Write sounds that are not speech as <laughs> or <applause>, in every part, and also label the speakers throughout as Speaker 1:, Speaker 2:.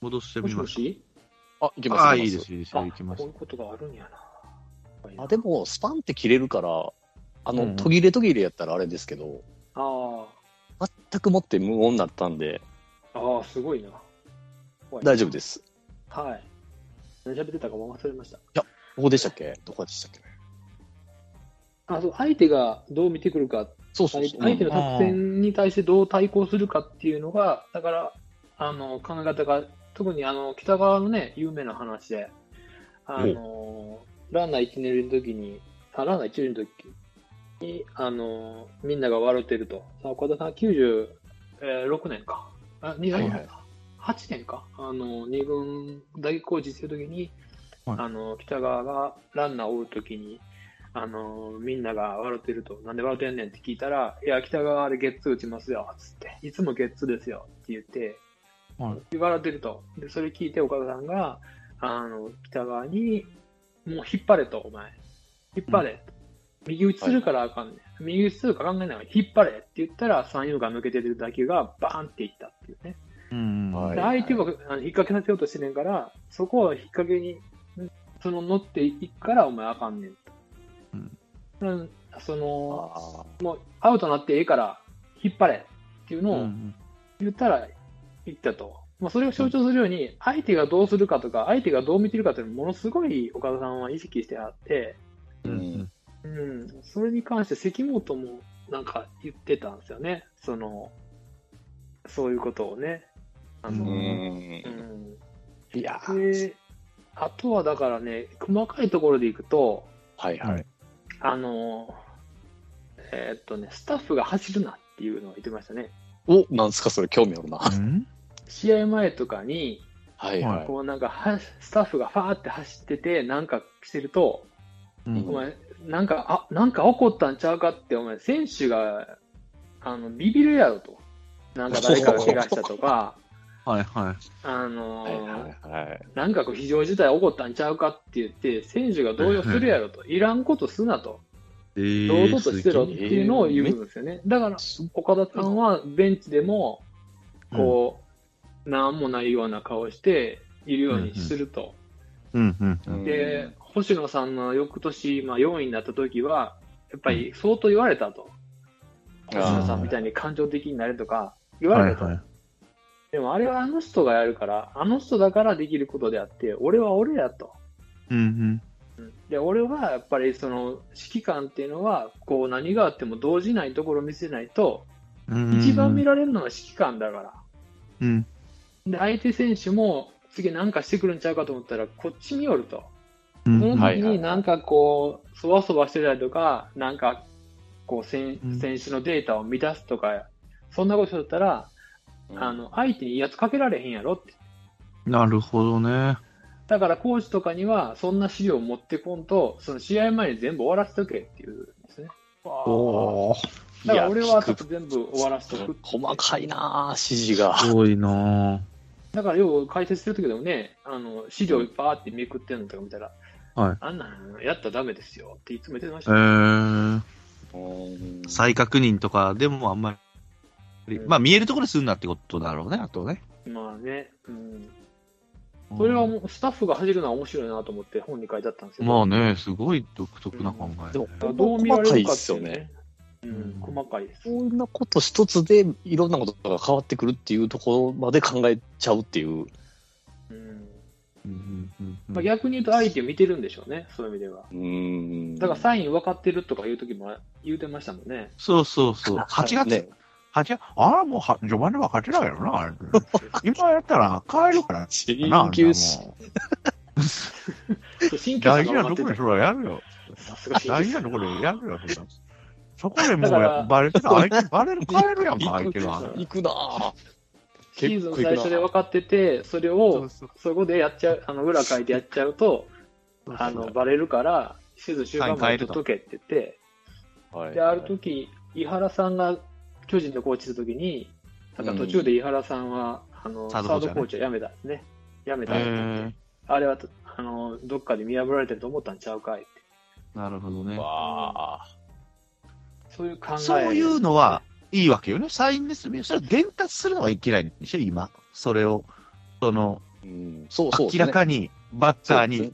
Speaker 1: 戻して
Speaker 2: も
Speaker 1: み
Speaker 2: し
Speaker 1: ま
Speaker 2: も
Speaker 1: す。
Speaker 2: し
Speaker 3: あ、行きます。
Speaker 1: ああ、
Speaker 3: 行
Speaker 1: いい
Speaker 3: き
Speaker 1: で、
Speaker 3: ます
Speaker 1: いいです
Speaker 2: あ
Speaker 1: よ、行きま
Speaker 2: こう
Speaker 1: す
Speaker 2: いう。ことがあるんやな。
Speaker 3: あでも、スパンって切れるから、あ
Speaker 1: うんう
Speaker 3: の、
Speaker 1: ん
Speaker 3: 途切れ途切れやったらあれですけど、
Speaker 2: あ
Speaker 3: 全くもって無音になったんで、
Speaker 2: あ、ああ、すごいな。はい
Speaker 3: 大丈夫です。
Speaker 2: はい。何喋ってたかも忘れました。
Speaker 3: ここでしたっけどこでしたっけ
Speaker 2: あそう相手がどう見てくるか、
Speaker 3: そうそう
Speaker 2: 相
Speaker 3: そう。
Speaker 2: 相手の作戦に対してどう対抗するかっていうのが、だからあの考え方が、特にあの北側のね、有名な話で、あのランナー1、2塁の時に、あランナー1塁の時にあのみんなが笑ってると、さあ岡田さん、96年か、あ2
Speaker 1: はい
Speaker 2: 年
Speaker 1: は
Speaker 2: か、
Speaker 1: い
Speaker 2: 8年か、あの2軍大工事してる時に、
Speaker 1: はい
Speaker 2: あの北川がランナーを追う時にあのみんなが笑ってると、なんで笑ってんねんって聞いたら、いや、北川あれゲッツー打ちますよ、つって、いつもゲッツーですよって言って、
Speaker 1: は
Speaker 2: 笑ってると。で、それ聞いて岡田さんが、あの、北川に、もう引っ張れと、お前。引っ張れ。右打ちするからあかんねん。右打ちするか考えない引っ張れって言ったら、三遊間抜けてる打球がバーンっていったっていうね。
Speaker 1: うんうん
Speaker 3: は
Speaker 1: はいい。
Speaker 2: で相手はあの引っ掛けさせようとしてねんから、そこは引っ掛けに、その乗っていくから、お前あかんねんと。
Speaker 1: うん
Speaker 2: うんその
Speaker 3: あ
Speaker 2: アウトなってええから、引っ張れっていうの
Speaker 1: う
Speaker 2: を
Speaker 1: ん
Speaker 2: 言ったら言ったと。まあ、それを象徴するように、相手がどうするかとか、相手がどう見てるかというのをものすごい岡田さんは意識してあって、
Speaker 3: ーう
Speaker 1: うん
Speaker 3: ん。
Speaker 2: うん、それに関して関本もなんか言ってたんですよね。その、そういうことをね。あ
Speaker 3: う
Speaker 2: の、
Speaker 1: うん
Speaker 3: ん。いやー
Speaker 2: で、あとはだからね、細かいところでいくと、
Speaker 3: はいはい。
Speaker 2: あの、えーっとね、スタッフが走るなっていうのを言ってましたね。
Speaker 3: お、なんすかそれ興味あるな。
Speaker 1: うん
Speaker 2: 試合前とかに、
Speaker 3: はいはい。
Speaker 2: こうなんかは、スタッフがファーって走ってて、なんかしてると、
Speaker 1: うん
Speaker 2: お前、なんか、あ、なんか怒ったんちゃうかって、お前、選手が、あの、ビビるやろと。なんか誰かが怪我したとか、
Speaker 1: はいは
Speaker 2: あの
Speaker 3: は
Speaker 2: ー
Speaker 3: いはいはい。
Speaker 2: なんかこう非常事態起こったんちゃうかって言って、選手が動揺するやろと、いらんことすなと、
Speaker 1: い。えー
Speaker 2: 堂々としてろって
Speaker 1: す
Speaker 2: いうのを言うんですよね。だから、
Speaker 3: す
Speaker 2: 岡田さんはベンチでも、
Speaker 1: うん
Speaker 2: こう、なんもないような顔しているようにすると。
Speaker 1: げえうんうんうん。
Speaker 2: で、星野さんの翌年、まあ、4位になった時は、やっぱり相当言われたと。
Speaker 3: うん
Speaker 2: 星野さんみたいに感情的になれとか、言われたと。
Speaker 1: はいはい
Speaker 2: でもあれはあの人がやるから、あの人だからできることであって、俺は俺やと。
Speaker 1: うん
Speaker 2: で俺はやっぱりその指揮官っていうのはこう何があっても動じないところを見せないと
Speaker 1: うんうん。
Speaker 2: 一番見られるのは指揮官だから、
Speaker 1: うん。
Speaker 2: で相手選手も次なんかしてくるんちゃうかと思ったらこっちによると、
Speaker 1: うん
Speaker 2: その
Speaker 3: は
Speaker 2: 時
Speaker 3: いはい
Speaker 2: になんかこうそわそわしてたりとかなんかこう選
Speaker 1: うん
Speaker 2: 選手のデータを乱すとかそんなことだったら、あの相手に威圧かけられへんやろって
Speaker 1: なるほどね。
Speaker 2: だからコーチとかにはそんな資料を持ってこんとその試合前に全部終わらせとけっていうんですね
Speaker 1: おお。す
Speaker 2: だから俺はちょ
Speaker 3: 聞
Speaker 2: っと
Speaker 3: く
Speaker 2: 全部終わらせとく。
Speaker 3: 細かいなあ指示が。
Speaker 1: ごいな
Speaker 2: だからよう解説するときでもね、あの、資料バーってめくってるのとか見たら、
Speaker 1: はい
Speaker 2: あんなのやったらダメですよっていつも言ってまし
Speaker 1: え
Speaker 2: たね。
Speaker 1: ー、
Speaker 3: うん
Speaker 1: 再確認とかでもあんまり、
Speaker 2: うん
Speaker 1: まあ見えるところでするなってことだろうね、あとね。
Speaker 2: まあね、うん。それはもうスタッフが走るのは面白いなと思って本に書いてあったんですけど、
Speaker 1: まあね、すごい独特な考え。
Speaker 3: でも、
Speaker 2: だからどう見られ
Speaker 3: 細かい
Speaker 2: る
Speaker 3: っ
Speaker 2: かって
Speaker 3: す
Speaker 2: い
Speaker 3: よ
Speaker 2: う
Speaker 3: ね。
Speaker 2: ね。うん、
Speaker 1: うん
Speaker 2: 細かいです。
Speaker 3: こんなこと一つでいろんなことが変わってくるっていうところまで考えちゃうっていう。
Speaker 2: うん
Speaker 1: うんうんうん
Speaker 2: まあ、逆に言うと相手を見てるんでしょうね、そういう意味では。
Speaker 3: うん。
Speaker 2: だからサイン分かってるとか言うときも言うてましたもんね。
Speaker 1: そうそうそう。8月、
Speaker 3: ね
Speaker 1: 八月、ああ、もうは序盤では勝てないよな、あれ今やったら帰るから。
Speaker 3: 緊急し
Speaker 1: なあんなもん
Speaker 2: そう神経
Speaker 1: 大
Speaker 2: 質
Speaker 1: 事な
Speaker 2: が分かっ
Speaker 1: とこ
Speaker 2: てた
Speaker 1: でそれはや
Speaker 2: <laughs>
Speaker 1: るよ。
Speaker 2: さすが神経質
Speaker 1: 大事なところでやるよ、そんなそこでも
Speaker 2: だ
Speaker 1: う
Speaker 2: から
Speaker 1: バレてた、相手バレる、帰るやん
Speaker 2: <laughs>
Speaker 1: か、相手が。
Speaker 3: 行くなあ
Speaker 2: シーズン最初で分かってて、それ
Speaker 1: そ
Speaker 2: を
Speaker 1: うそう
Speaker 2: そこでやっちゃう、あの裏書いてやっちゃうと、あのバレるから、シーズン終盤まで取っとけって言って、
Speaker 3: はい
Speaker 2: で、ある時、井原さんが巨人のコーチするときに、なんか途中で井原さんは、あのサ
Speaker 1: サ
Speaker 2: ー
Speaker 1: ードコーチ
Speaker 2: ドコーチを辞めたんですね。辞めた
Speaker 1: へ
Speaker 2: んですね
Speaker 1: え
Speaker 2: あれはあのどっかで見破られてると思ったんちゃうかいって。
Speaker 1: なるほどね。
Speaker 3: わあ
Speaker 2: そういう考え。
Speaker 1: そういうのは、いいわけよね。サインです。それを伝達するのがいけないんでしょ、今。それを、その、
Speaker 3: うん、そうそうです
Speaker 1: 明
Speaker 3: ね、
Speaker 1: らかにバッター
Speaker 3: そうで
Speaker 1: に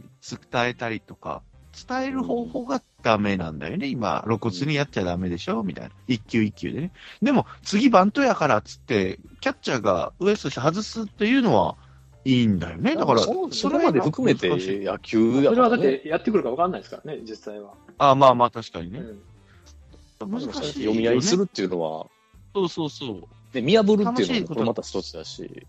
Speaker 1: 伝えたりとか、伝える方法がダメなんだよね、今、露骨にやっちゃダメでしょ、みたいな、一球一球でね。でも、次バントやからっつって、キャッチャーがウエストして外すっていうのはいいんだよね、だから、
Speaker 3: そそれまで含めて
Speaker 1: 難しい
Speaker 3: 野球や
Speaker 2: それ
Speaker 3: から、ね、
Speaker 2: はだってやってくるか分かんないですからね、実際は。
Speaker 1: あまあまあ、確かに
Speaker 2: う
Speaker 1: ね。
Speaker 2: ん
Speaker 1: 難
Speaker 3: そうやって
Speaker 1: しいよ
Speaker 3: 読
Speaker 1: ね、
Speaker 3: み合いするっていうのは、
Speaker 1: そうそうそう。
Speaker 3: で見破るっていう
Speaker 1: 楽し
Speaker 3: の
Speaker 1: いこ
Speaker 3: もことれまた一つだし、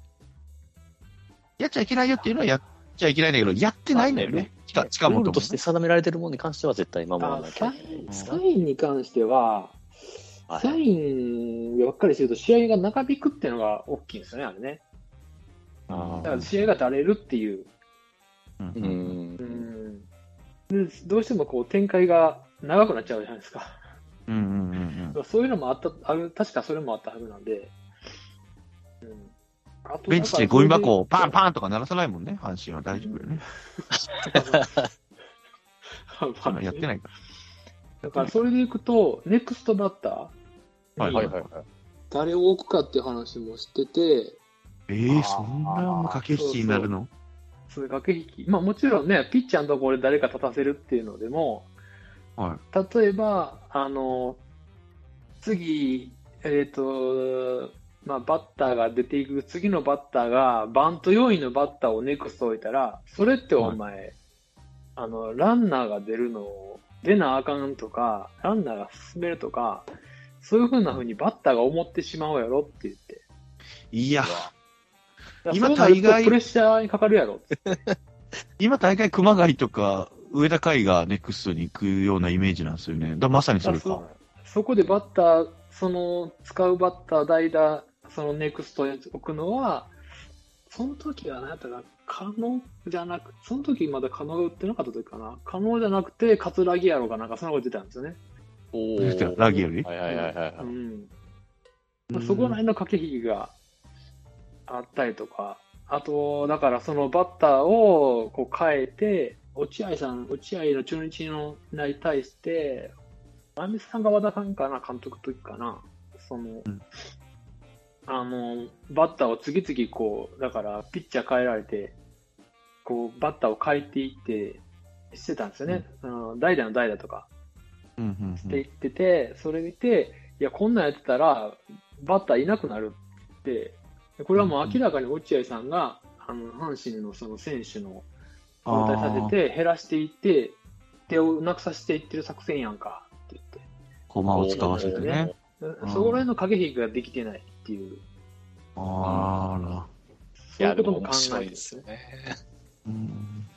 Speaker 1: やっちゃいけないよっていうのはやっちゃいけないんだけど、やってないんだよね。しかしか
Speaker 3: ル
Speaker 1: も
Speaker 3: ール
Speaker 1: と
Speaker 3: と
Speaker 1: もね
Speaker 3: して定められてるものに関しては絶対守ら
Speaker 2: あ
Speaker 3: なき
Speaker 2: サ
Speaker 3: ゃいけない
Speaker 2: イ
Speaker 3: で
Speaker 2: ン
Speaker 3: す
Speaker 2: サ
Speaker 3: か。
Speaker 2: インに関しては、
Speaker 3: はい
Speaker 2: サインばっかりしてると試合が長引くっていうのが大きいんですよね、あれね。
Speaker 3: あ
Speaker 2: だか
Speaker 3: ー
Speaker 2: ら試合がだれるっていう。
Speaker 1: うん
Speaker 3: う
Speaker 1: うん
Speaker 3: ん
Speaker 2: でどうしてもこう展開が長くなっちゃうじゃないですか。
Speaker 1: うんうんうん
Speaker 2: そういうのもあった、ある確かそれもあったはずなんで。うんあと
Speaker 1: ベンチでゴミ箱をパン
Speaker 2: <laughs> ン
Speaker 1: パンとか鳴らさないもんね、阪神は大丈夫よね。やってないから。
Speaker 2: だからそれでいくと、ネクストバッター
Speaker 1: はい
Speaker 3: はい
Speaker 2: に
Speaker 3: はいはい。
Speaker 2: 誰を置くかっていう話もしてて、
Speaker 1: えー、そんな駆け引きになるの
Speaker 2: それ駆け引き、まあ、もちろんね、ピッチャーのところで誰か立たせるっていうのでも、
Speaker 1: は
Speaker 2: 例えば、あの次、えっ、と、まあ、バッターが出ていく次のバッターが、バント要員のバッターをネクスト置いたら、それってお前、あの、ランナーが出るのを、出なあかんとか、ランナーが進めるとか、そういうふうなふうにバッターが思ってしまうやろって言って。
Speaker 1: い。いや、
Speaker 2: だから
Speaker 1: 今
Speaker 2: そうなると
Speaker 1: 大概
Speaker 2: プレッシャーにかかるやろって。
Speaker 1: 今大会熊谷とか、上田海がネクストに行くようなイメージなんですよね。だまさにそれ
Speaker 2: あ
Speaker 1: か。
Speaker 2: そこでバッター、その使うバッター、代打、そのネクストに置くのは、その時は何やったかな、可能じゃなく、その時まだ可能が売ってなかった時かな、可能じゃなくて、カツラギやろうかなんか、そんなこと言ってたんですよね。
Speaker 3: お
Speaker 1: 言ってた
Speaker 3: ー
Speaker 1: ラギより
Speaker 3: はいはいはいはいは
Speaker 2: う
Speaker 3: い。
Speaker 2: んまあ、そこら辺の駆け引きがあったりとか、あと、だからそのバッターをこう変えて、落合さん、落合の中日のに対して、真美さんが和田さんかな、監督の時かな、その、
Speaker 1: うん
Speaker 2: あの、バッターを次々こう、だからピッチャー変えられて、こう、バッターを変えていって、してたんですよね。あの代打の代打とか。
Speaker 1: うんうん
Speaker 2: っ
Speaker 1: う
Speaker 2: て
Speaker 1: ん
Speaker 2: 言ってて、それ見て、いや、こんなんやってたら、バッターいなくなるって、これはもう明らかに落合さんが、あの阪神のその選手の交代させて、減らしていって、手をなくさせていってる作戦やんかって言って、
Speaker 1: 駒を使わせてね。
Speaker 2: そ
Speaker 1: うん
Speaker 2: こら辺の駆け引きができてないっていう、
Speaker 1: あら。
Speaker 2: そういうことも考
Speaker 3: 面白
Speaker 2: え
Speaker 3: い
Speaker 2: て
Speaker 3: ですよね。
Speaker 1: うん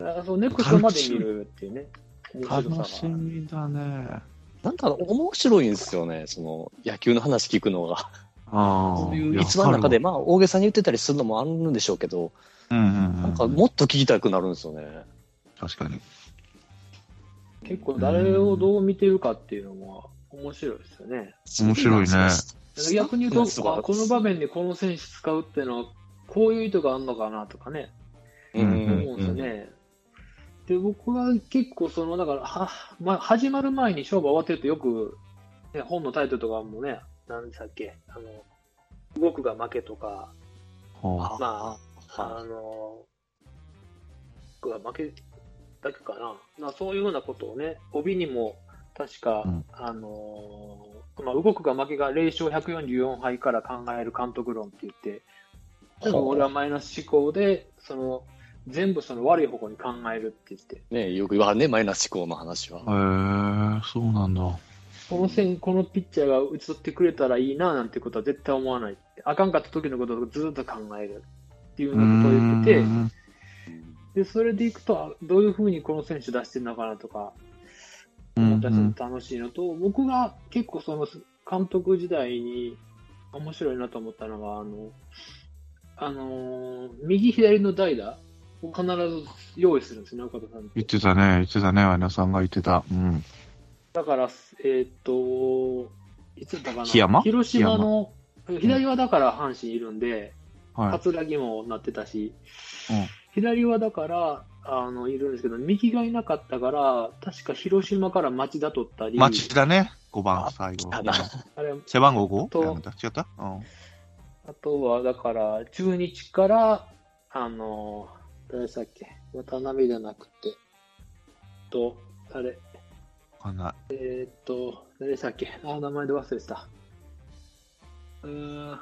Speaker 2: あそうネクストまで見るっていうね、面白
Speaker 1: 楽し
Speaker 2: さが。
Speaker 1: みだね。
Speaker 3: なんか面白いんですよね、その野球の話聞くのが。
Speaker 1: ああ。
Speaker 3: そういう逸話の中で、まあ大げさに言ってたりするのもあるんでしょうけど、
Speaker 1: うんうん
Speaker 3: なん
Speaker 1: う
Speaker 3: か
Speaker 1: ん。
Speaker 3: もっと聞きたくなるんですよね。
Speaker 1: 確かに。
Speaker 2: 結構誰をどう見てるかっていうのも面白いですよね。
Speaker 1: 面白いね
Speaker 2: 逆に言うと、あこの場面でこの選手使うっていうのは、こういう意図があるのかなとかね、
Speaker 3: うん
Speaker 1: うん
Speaker 2: 思うんですよね。で、僕は結構、その、だから、は、まあ、始まる前に勝負終わってるとよく、ね、本のタイトルとかもね、何でしたっけ、あの、僕が負けとか、
Speaker 1: は
Speaker 3: あ
Speaker 2: ま
Speaker 3: あ
Speaker 2: あの、僕が負けだけかな。まあ、そういうようなことをね、帯にも、確か、
Speaker 1: うん
Speaker 2: あのーまあ、動くが負けが0勝144敗から考える監督論って言って、でも俺はマイナス思考で、その、全部その悪い方向に考えるって言って、
Speaker 3: ね、よく言わはね、マイナス思考の話は。
Speaker 1: あ。へえ、そうなんだ。
Speaker 2: この線、このピッチャーが打ち取ってくれたらいいななんてことは絶対思わないって。あかんかった時のことをずっと考えるっていうようなことを言ってて、
Speaker 1: うん
Speaker 2: で、それでいくと、あどういうふうにこの選手出してるのかなとか、
Speaker 1: うん
Speaker 2: 私も楽しいのと、僕が結構その監督時代に面白いなと思ったのが、あの、あのー右左の代打を必ず用意するんですね、岡田さんって
Speaker 1: 言ってたね、言ってたね、ワイナさんが言ってた。うん。
Speaker 2: だから、えーっと、いつだったかな、
Speaker 1: 檜山
Speaker 2: 広島の、左はだから阪神いるんで、
Speaker 1: はい。
Speaker 2: 葛城もなってたし、
Speaker 1: うん
Speaker 2: 左はだから、あの、いるんですけど、右がいなかったから、確か広島から町田取ったり、
Speaker 1: 町田ね、5番、最後
Speaker 3: あ。な
Speaker 2: あれ、
Speaker 1: 背番号 5?
Speaker 2: と
Speaker 1: 違ったうん。
Speaker 2: あとは、だから、中日から、あの、誰でしたっけ、渡辺じゃなくて、と、誰、
Speaker 1: かな。
Speaker 2: えーっと、誰でしたっけあー、名前で忘れてた。うーん、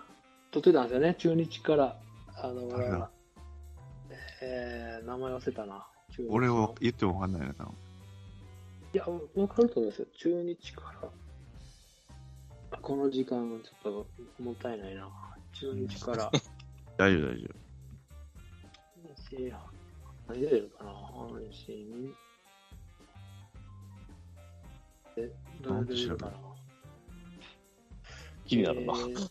Speaker 2: 取ってたんですよね、中日から。あの、
Speaker 1: 誰だ
Speaker 2: えー、名前忘れたな。中日の
Speaker 1: 俺は言ってもわかんないよな。
Speaker 2: いや、わかると思うんですよ。中日から。あこの時間、ちょっともったいないな。中日から。 <laughs>
Speaker 1: 大丈夫、大丈
Speaker 2: 阪何出てるかな阪神。え、どう出てるかな
Speaker 3: 気になるな。
Speaker 2: えーっ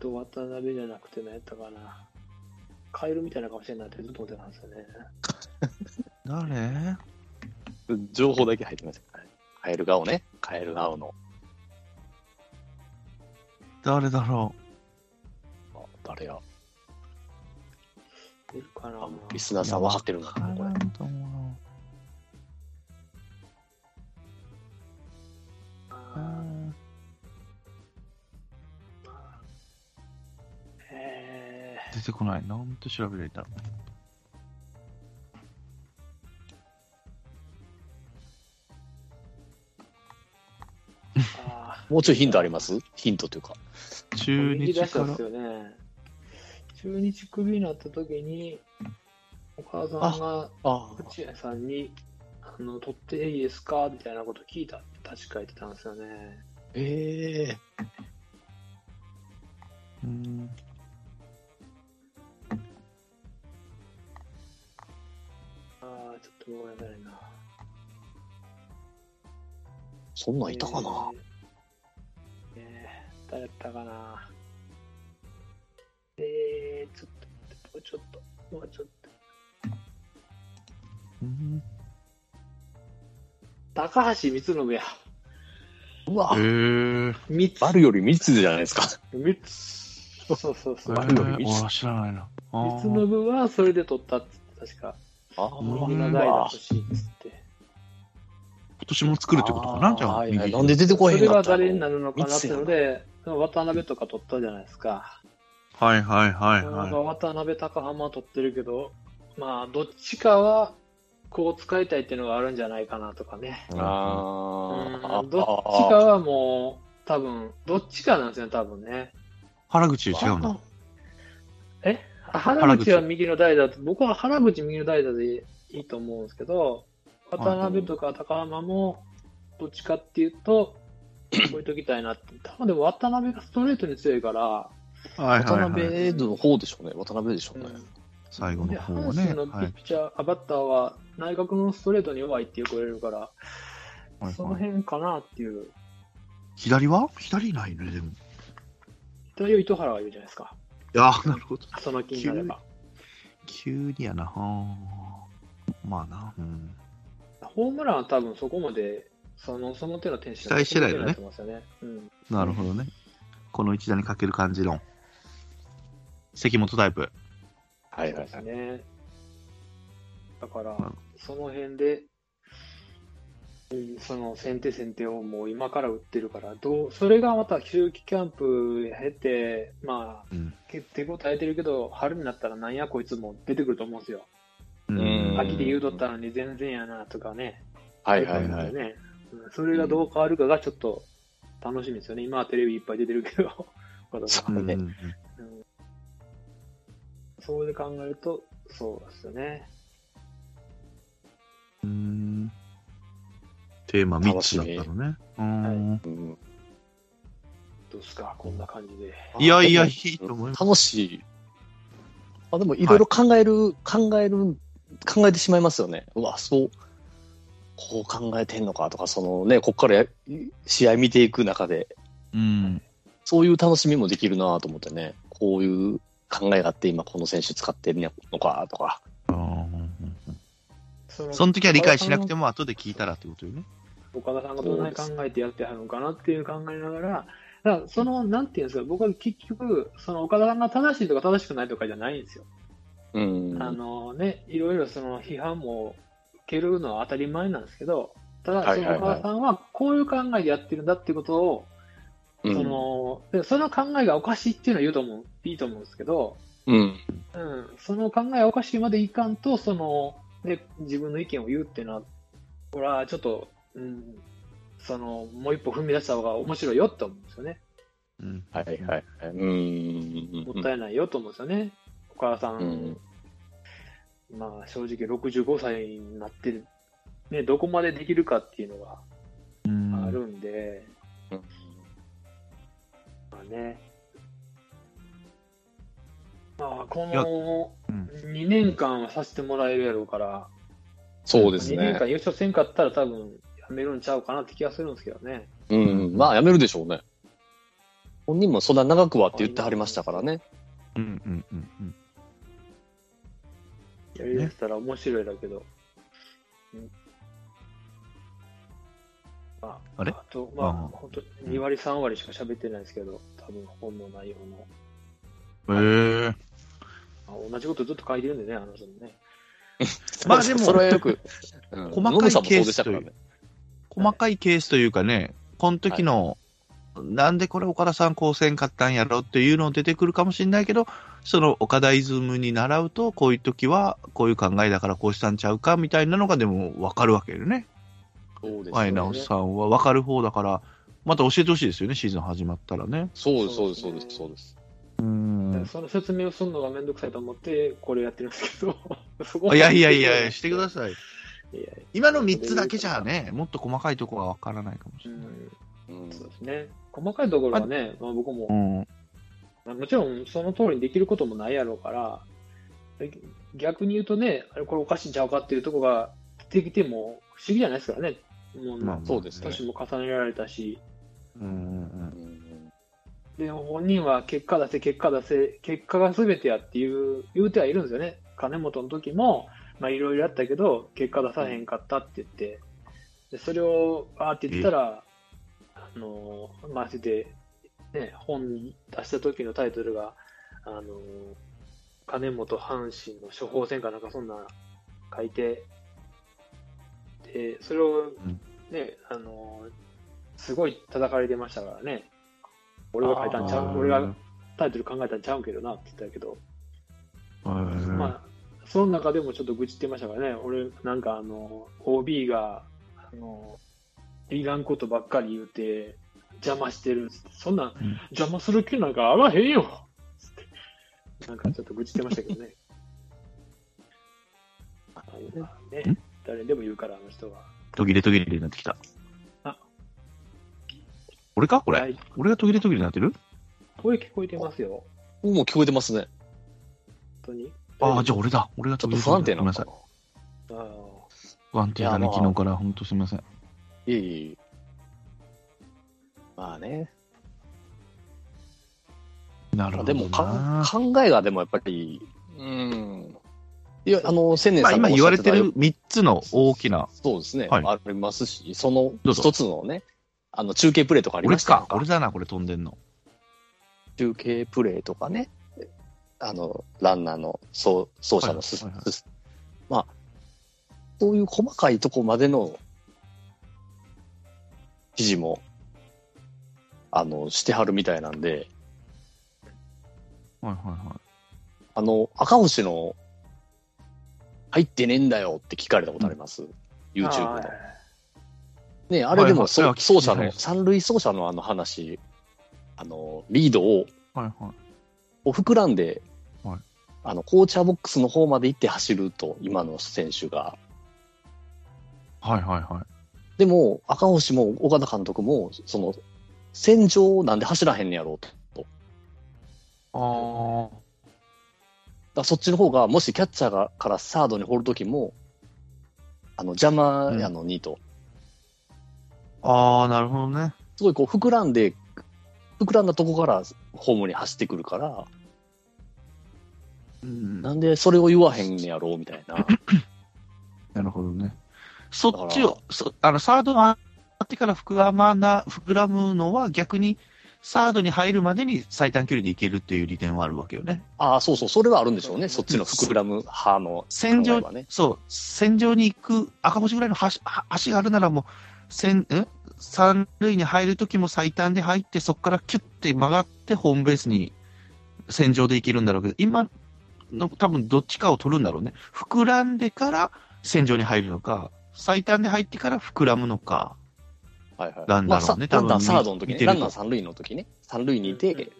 Speaker 2: と、渡辺じゃなくて何やったかな。カエルみたいな顔してんなってずっと思ってたんですよね。
Speaker 1: 夫。誰
Speaker 3: 情報だけ入ってます。はいカエル顔ね。カエル顔の。
Speaker 1: 誰だろ
Speaker 3: あ誰や。
Speaker 2: 出るかな
Speaker 3: あリスナーさんは張ってるな。
Speaker 1: う。誰
Speaker 3: これ
Speaker 1: だと思う
Speaker 2: あー
Speaker 1: な。
Speaker 2: え
Speaker 1: 出てこない。なんと調べられたの
Speaker 2: ー、あー。
Speaker 3: もうちょいヒントありますヒントというか。
Speaker 1: 中
Speaker 2: 右
Speaker 1: 日
Speaker 2: 出し
Speaker 1: か
Speaker 2: たんで
Speaker 1: ら
Speaker 2: す。よね。中日クビになった時に、お母さんが
Speaker 3: ああ。
Speaker 2: 落合さんに、あの、取っていいですかみたいなこと聞いたって確か言ってたんですよね。
Speaker 3: ええ
Speaker 1: うん。
Speaker 2: ああ、ちょっともうやばいな。
Speaker 3: そんなんいたかな、
Speaker 2: えー、えー誰やったかなえー、ちょっと、ちょっと、もうちょっと。
Speaker 1: うん
Speaker 2: 高橋光信や。
Speaker 3: うわ
Speaker 1: えー。
Speaker 2: 三つ。
Speaker 3: バルより密じゃないですか。
Speaker 2: 三つ。そう
Speaker 3: <laughs>
Speaker 2: そう
Speaker 1: え
Speaker 2: そう。
Speaker 3: バルよ
Speaker 1: ー、
Speaker 3: り
Speaker 1: 俺は知らないな。あ
Speaker 2: 三つ
Speaker 1: ー
Speaker 2: の部はそれで取ったっつって、確か。
Speaker 3: あ
Speaker 1: う
Speaker 2: 右
Speaker 1: ん
Speaker 2: の台が欲しいっつって。
Speaker 1: 今年も作るってことかなじゃあ、
Speaker 3: はいはい
Speaker 1: 右
Speaker 3: なんで出てこ
Speaker 2: そ
Speaker 3: へん
Speaker 2: れ
Speaker 3: か
Speaker 2: が
Speaker 3: ったの
Speaker 2: 誰になるのかなっていうので、渡辺とか取ったじゃないですか。
Speaker 1: はいはいはい
Speaker 2: なんか
Speaker 1: は
Speaker 2: 渡辺、高浜取ってるけど、まあ、どっちかは、こう使いたいっていうのがあるんじゃないかなとかね。
Speaker 1: い。
Speaker 3: あ
Speaker 2: う
Speaker 3: ー
Speaker 2: んどっちかはもう、多分、どっちかなんですよね、多分ね。
Speaker 1: 原口違うんだ。
Speaker 2: え
Speaker 1: 原
Speaker 2: 原
Speaker 1: 口
Speaker 2: 口は右の代打と、僕は原口右の代打でいいと思うんですけど、渡辺とか高浜も、どっちかっていうと、置いときたいなって。多分でも渡辺がストレートに強いから、
Speaker 1: はいはい
Speaker 3: 渡
Speaker 1: はい。
Speaker 3: 辺の方でしょうね。渡辺でしょうね。
Speaker 1: 最後
Speaker 2: で
Speaker 1: の方は
Speaker 2: 阪
Speaker 1: ね
Speaker 2: 神。のピ
Speaker 1: はい
Speaker 2: ッ。チャー、あバッターは内角のストレートに弱いって言われるから、
Speaker 1: はい
Speaker 2: その
Speaker 1: はい
Speaker 2: 辺かなっていう。
Speaker 1: 左は左ないね、でも。
Speaker 2: 左を糸原が言うじゃないですか。
Speaker 1: いやー、なるほど。
Speaker 2: その気になれば。
Speaker 1: 急にやな。はーまあな。うん。
Speaker 2: ホームランは多分そこまで、そのその手の天使
Speaker 1: 期待してないのね
Speaker 2: と思うんですよね。うん。
Speaker 1: なるほどね。この一打にかける感じの。関本タイプ。
Speaker 3: はい
Speaker 2: そう
Speaker 3: はい
Speaker 2: で
Speaker 3: は
Speaker 2: す
Speaker 3: い。
Speaker 2: ね。だから
Speaker 1: うん、
Speaker 2: その辺で、うんその先手先手をもう今から打ってるから、どうそれがまた秋季キャンプ経て、まあ、
Speaker 1: うん
Speaker 2: け手応えてるけど、春になったらなんやこいつも出てくると思うんですよ。
Speaker 1: うん
Speaker 3: うん
Speaker 2: 秋で言うとったのに全然やなとかね。
Speaker 3: はいは
Speaker 2: そうう
Speaker 3: いは
Speaker 2: の
Speaker 3: い。
Speaker 2: ねうんそれがどう変わるかがちょっと楽しみですよね。今はテレビいっぱい出てるけど、まだ
Speaker 3: <laughs> そううんね。
Speaker 2: そうで考えると、そうですよね。
Speaker 1: うんテーマ3つだったのね。うん
Speaker 3: うん
Speaker 2: どうですか、こんな感じで。
Speaker 1: いやいや、
Speaker 3: あ
Speaker 1: いいと思います。
Speaker 3: 楽しい。あでも、いろいろ考える、考える、考えてしまいますよね。うわ、そう、こう考えてんのかとか、そのね、こっからや試合見ていく中で、
Speaker 1: うん。
Speaker 3: そういう楽しみもできるなと思ってね、こういう考えがあって、今この選手使ってるのかとか、
Speaker 1: うん
Speaker 2: その
Speaker 1: その時は理解しなくても、後で聞いたらってことよね。
Speaker 2: 岡田さんがどんなに考えてやってはるのかなっていう考えながら、だからその、なんていうんですか、僕は結局、その岡田さんが正しいとか正しくないとかじゃないんですよ。
Speaker 3: うん。
Speaker 2: あのね、いろいろその批判も受けるのは当たり前なんですけど、た
Speaker 3: は
Speaker 2: だ、
Speaker 3: い
Speaker 2: そ
Speaker 3: はいは
Speaker 2: の
Speaker 3: い
Speaker 2: 岡田さんはこういう考えでやってるんだっていうことを、
Speaker 3: うん
Speaker 2: その、でその考えがおかしいっていうのは言うと思う、いいと思うんですけど、
Speaker 3: うん。
Speaker 2: うん、その考えがおかしいまでいかんと、その、で、自分の意見を言うっていうのは、これはちょっと、うん、その、もう一歩踏み出した方が面白いよって思うんですよね。
Speaker 1: うん。
Speaker 3: はいはいはい。うん。
Speaker 2: もったいないよと思うんですよね。お母さん、
Speaker 3: うん
Speaker 2: まあ正直65歳になってる、ね、どこまでできるかっていうのが
Speaker 1: うん
Speaker 2: あるんで、
Speaker 3: うん
Speaker 2: まあね。まあ、こ
Speaker 1: いや
Speaker 2: の
Speaker 1: うん
Speaker 2: 2年間はさせてもらえるやろうから、
Speaker 3: そうです
Speaker 2: 2年
Speaker 3: ね。
Speaker 2: 間優勝せんかったら多分やめるんちゃうかなって気がするんですけどね。
Speaker 3: うん。まあ、やめるでしょうね。本人もそんな長くはって言ってはりましたからね。
Speaker 1: うんうんうんうん。
Speaker 2: やりだしたら面白いだけど。うんまあ、
Speaker 1: あれ
Speaker 2: と、まあ、
Speaker 1: ああ
Speaker 2: 本当
Speaker 1: うん
Speaker 2: 2割、3割しか喋ってないですけど、多分本の内容の。
Speaker 1: へえ。
Speaker 2: まあ同じことずっと書いてるんでね、あの人もね。
Speaker 1: まあでも
Speaker 3: <laughs> それはよく、うん
Speaker 1: 細かい
Speaker 3: ノブさんもそうでしたからね。
Speaker 1: 細かいケースというかね、この時の、なんでこれ岡田さん高専買ったんやろっていうの出てくるかもしれないけど、その岡田イズムに習うと、こういう時は、こういう考えだからこうしたんちゃうかみたいなのがでもわかるわけよね。
Speaker 3: そうです
Speaker 1: ワ
Speaker 3: よ
Speaker 1: イナオ
Speaker 3: ね。
Speaker 1: さんはわかる方だから、また教えてほしいですよね、シーズン始まったらね。
Speaker 3: そうです、そうです、そうです、そうです。
Speaker 1: うん。
Speaker 2: その説明をするのがめんどくさいと思って、これやってるんですけど、そこ
Speaker 1: いやいやいやいや、してください。
Speaker 2: い。いや、
Speaker 1: 今の3つだけじゃね、もっと細かいところはわからないかもし
Speaker 2: う
Speaker 1: れない。
Speaker 2: ん、
Speaker 3: うん
Speaker 2: そうですね。細かいところはね、まあ、僕も
Speaker 1: うん。
Speaker 2: まあもちろんその通りにできることもないやろうから、で逆に言うとね、あれこれおかしいんちゃうかっていうところが出てきても不思議じゃないですからね。もう、
Speaker 1: まあ
Speaker 3: そうですね
Speaker 2: 年も重ねられたし、
Speaker 1: うんうん
Speaker 3: うん
Speaker 2: で、本人は結果出せ、結果出せ、結果が全てやっていう、言うてはいるんですよね。金本の時も、まあいろいろやったけど、結果出さへんかったって言って、でそれを、あーって言ったら、あのー、まあ、それで、ね、本出した時のタイトルが、あのー、金本阪神の処方箋かなんかそんな書いて、で、それを
Speaker 1: ん
Speaker 2: ね、あのー、すごい叩かれてましたからね。俺が書いたんちゃ
Speaker 1: あ
Speaker 2: う
Speaker 1: ー
Speaker 2: 俺がタイトル考えたんちゃうんけどなって言ったけど、
Speaker 1: うん。
Speaker 2: まあ、その中でもちょっと愚痴ってましたからね、俺、なんかあの、OB が、あの、いらんことばっかり言うて、邪魔してるっつって、そんなん
Speaker 1: うん
Speaker 2: 邪魔する気なんかあらへんよつってなんかちょっと愚痴ってましたけどね。あのね
Speaker 1: ん
Speaker 2: 誰でも言うから、あの人は。
Speaker 1: 途切れ途切れになってきた。
Speaker 2: あ
Speaker 1: 俺かこれ、
Speaker 2: はい
Speaker 1: 俺が途切れ途切れになってる
Speaker 2: 声聞こえてますよ、
Speaker 3: もう聞こえてますね。
Speaker 2: 本当に。
Speaker 1: ああ、じゃあ俺だ。俺が
Speaker 3: ち
Speaker 1: 途
Speaker 3: ょ
Speaker 1: 切
Speaker 3: っと
Speaker 1: れ
Speaker 3: 不
Speaker 1: 途
Speaker 3: 安
Speaker 1: 切
Speaker 3: 定
Speaker 1: れ
Speaker 3: な
Speaker 1: ごめんな
Speaker 3: のか
Speaker 1: さ。。
Speaker 3: ない
Speaker 2: あー
Speaker 1: 不安定だ
Speaker 3: い
Speaker 1: ね
Speaker 3: や、まあ
Speaker 1: 昨日から。本当すみません。
Speaker 3: いえいえ。まあね。
Speaker 1: なるほ
Speaker 3: で
Speaker 1: ど
Speaker 3: も
Speaker 1: な
Speaker 3: か、考えがでもやっぱり、うん。いや、あの、千年
Speaker 1: まあ、
Speaker 3: さんが
Speaker 1: 今
Speaker 3: おっ
Speaker 1: 言
Speaker 3: し
Speaker 1: われて
Speaker 3: ゃった
Speaker 1: る3つの大きな。
Speaker 3: そうですね、
Speaker 1: はい
Speaker 3: ありますし、その
Speaker 1: どうぞ
Speaker 3: 一つのね、あの中継プレイとかあり
Speaker 1: 俺
Speaker 3: ました
Speaker 1: か
Speaker 3: と。か
Speaker 1: 俺だな、これ飛んでんの。
Speaker 3: 中継プレイとかね、あのランナーの走走者のす、
Speaker 1: はいはいはい
Speaker 3: すまあ、そういう細かいとこまでの記事も、あの、してはるみたいなんで、
Speaker 1: はいはいはい。
Speaker 3: あの、赤星の、入ってねえんだよって聞かれたことあります、YouTube で。ねあれ
Speaker 1: は
Speaker 3: で
Speaker 1: いは
Speaker 3: も、
Speaker 1: いそれ
Speaker 3: そ
Speaker 1: は
Speaker 3: う
Speaker 1: 聞き
Speaker 3: 走
Speaker 1: た
Speaker 3: 者
Speaker 1: い
Speaker 3: の、三塁走者のあの話、あの、リードを
Speaker 1: はいはい。
Speaker 3: を膨らんで、
Speaker 1: はい
Speaker 3: あの、コーチャーボックスの方まで行って走ると、今の選手が。
Speaker 1: はいはいはい。
Speaker 3: でも、赤星も岡田監督も、その、戦場なんで走らへんねやろうと。
Speaker 1: あ
Speaker 3: だからそっちの方が、もしキャッチャーがからサードに放るときも、あの、邪魔やのにと。
Speaker 1: あ。ああ、なるほどね。
Speaker 3: すごいこう膨らんで、膨らんだとこからホームに走ってくるから、
Speaker 1: うん。な
Speaker 3: なんでそれを言わへんねやろうみたい
Speaker 1: <laughs>
Speaker 3: な。
Speaker 1: るほどね。そっち
Speaker 3: だ
Speaker 1: を、そあの、サードがあってから膨らまな、膨らむのは逆に、サードに入るまでに最短距離でいけるっていう利点はあるわけよね。
Speaker 3: ああ、そうそう、それはあるんでしょうね。そっちの膨らむ派の
Speaker 1: 戦場
Speaker 3: 考えはね。
Speaker 1: そう、戦場に行く、赤星ぐらいの橋は足があるならもう、戦、ん三塁に入るときも最短で入って、そこからキュッて曲がって、ホームベースに戦場でいけるんだろうけど、今の多分どっちかを取るんだろうね。膨らんでから戦場に入るのか、最短で入ってから膨らむのか。
Speaker 3: はいはい。
Speaker 1: ランナーのね
Speaker 3: まあさ
Speaker 1: 多分見
Speaker 3: ランナーサードの時
Speaker 1: 見
Speaker 3: ね。
Speaker 1: てる
Speaker 3: ラ
Speaker 1: と
Speaker 3: ンナー三塁の時ね。三塁にいて、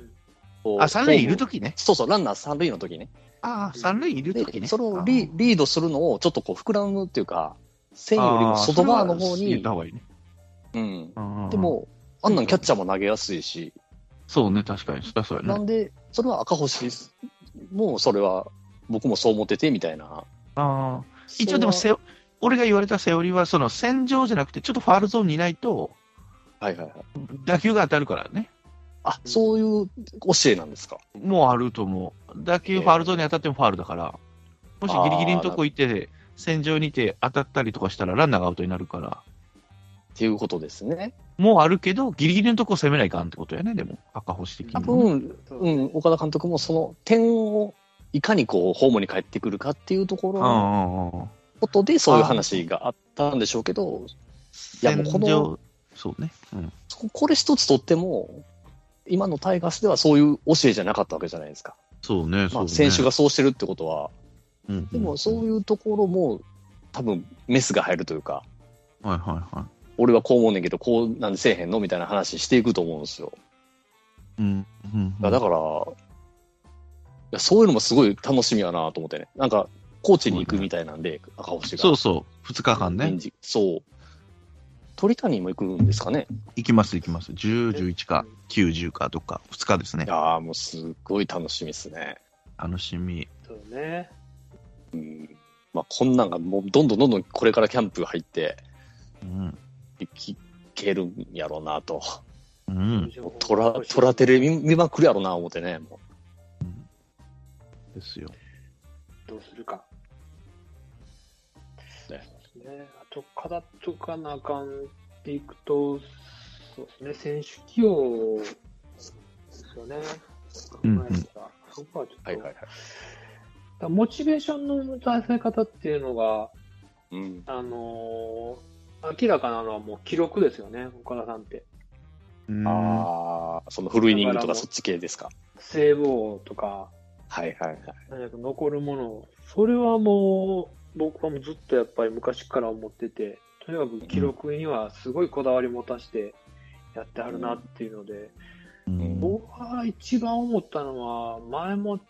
Speaker 3: こう
Speaker 1: あ、三塁いるときね。
Speaker 3: そうそう、ランナー三塁の時ね。
Speaker 1: ああ、三塁いるとき
Speaker 3: で、
Speaker 1: ね。
Speaker 3: そのリ
Speaker 1: あー
Speaker 3: リードするのをちょっとこう膨らむっていうか、線よりも外側の方
Speaker 1: あーそれは言っ
Speaker 3: に
Speaker 1: た、方がいいね。
Speaker 3: うん。
Speaker 1: うん
Speaker 3: で、も、あんなんキャッチャーも投げやすいし、
Speaker 1: そうね、確かに。そりゃそうや
Speaker 3: な
Speaker 1: ね。
Speaker 3: んで、それは赤星もうそれは、僕もそう思っててみたいな。
Speaker 1: ああ。一応でも
Speaker 3: それ
Speaker 1: セオ、俺が言われたセオリーは、その戦場じゃなくて、ちょっとファールゾーンにいないと、
Speaker 3: は、はいはいはい。
Speaker 1: 打球が当たるからね。
Speaker 3: あ、そういう教えなんですか。
Speaker 1: もうあると思う。打球ファールゾーンに当たってもファールだから、もしギリギリのとこ行って、戦場にいて当たったりとかしたらランナーがアウトになるから、
Speaker 3: っていうことですね。
Speaker 1: もうあるけど、ギリギリのとこ攻めないかんってことやね、でも、赤星的
Speaker 3: 多
Speaker 1: にもね。
Speaker 3: 分、うん、岡田監督もその点をいかにこう、ホームに帰ってくるかっていうとこ
Speaker 1: う
Speaker 3: ろ
Speaker 1: ん
Speaker 3: の
Speaker 1: うんうん。
Speaker 3: ことで、そういう話があったんでしょうけど、いや
Speaker 1: 戦
Speaker 3: もうこの
Speaker 1: 場、そうね。うん。
Speaker 3: そこれ一つとっても、今のタイガースではそういう教えじゃなかったわけじゃないですか。
Speaker 1: そうね、そ
Speaker 3: ま
Speaker 1: う
Speaker 3: あ、
Speaker 1: ね。
Speaker 3: 選手が、そうしてるってことは、
Speaker 1: うんうん、
Speaker 3: でもそういうところも、多分メスが入るというか、
Speaker 1: はいはいは
Speaker 3: 俺はこう思うねんけど、こうなんでせえへんのみたいな話していくと思うんですよ。
Speaker 1: い。うん。うん、
Speaker 3: だから、いやそういうのもすごい楽しみやなと思ってね。なんか、高知に行くみたいなんで、赤星が。
Speaker 1: そうそう、2日間ね
Speaker 3: 臨。時そう。鳥谷も行くんですかね。
Speaker 1: 行きます行きます。10、11か、90かとか、2日ですね
Speaker 3: い。やーもうすっごい楽しみですね。
Speaker 1: 楽しみ。
Speaker 2: そうね。
Speaker 3: うん。まあ、こんなんがもうどんどんどんどんこれからキャンプ入って
Speaker 1: うん。
Speaker 3: いきけるんやろうなと。
Speaker 1: うん。
Speaker 3: もうトラ、トラテレ見見まくるやろうな思ってね。も
Speaker 1: ですよ。
Speaker 2: どうするか。
Speaker 3: ね
Speaker 2: そうですね。あと、片とかなあかんっていくと、そうですね、選手起用ですよね。考
Speaker 1: うんうん
Speaker 2: えたら、そこはちょっ
Speaker 3: う
Speaker 2: と、
Speaker 3: はいはいはい。
Speaker 2: だからモチベーションの出せ方っていうのが、
Speaker 3: うん。
Speaker 2: あのー明らかなのはもう記録ですよね、岡田さんって。
Speaker 1: うん
Speaker 3: ああ、そのフルイニングとかそっち系ですか。
Speaker 2: セーブ王とか、
Speaker 3: はいはいはい。
Speaker 2: 何やろ残るもの、それはもう、僕はもうずっとやっぱり昔から思ってて、とにかく記録にはすごいこだわり持たしてやってはるなっていうので、
Speaker 1: うん
Speaker 2: 僕は一番思ったのは、前も、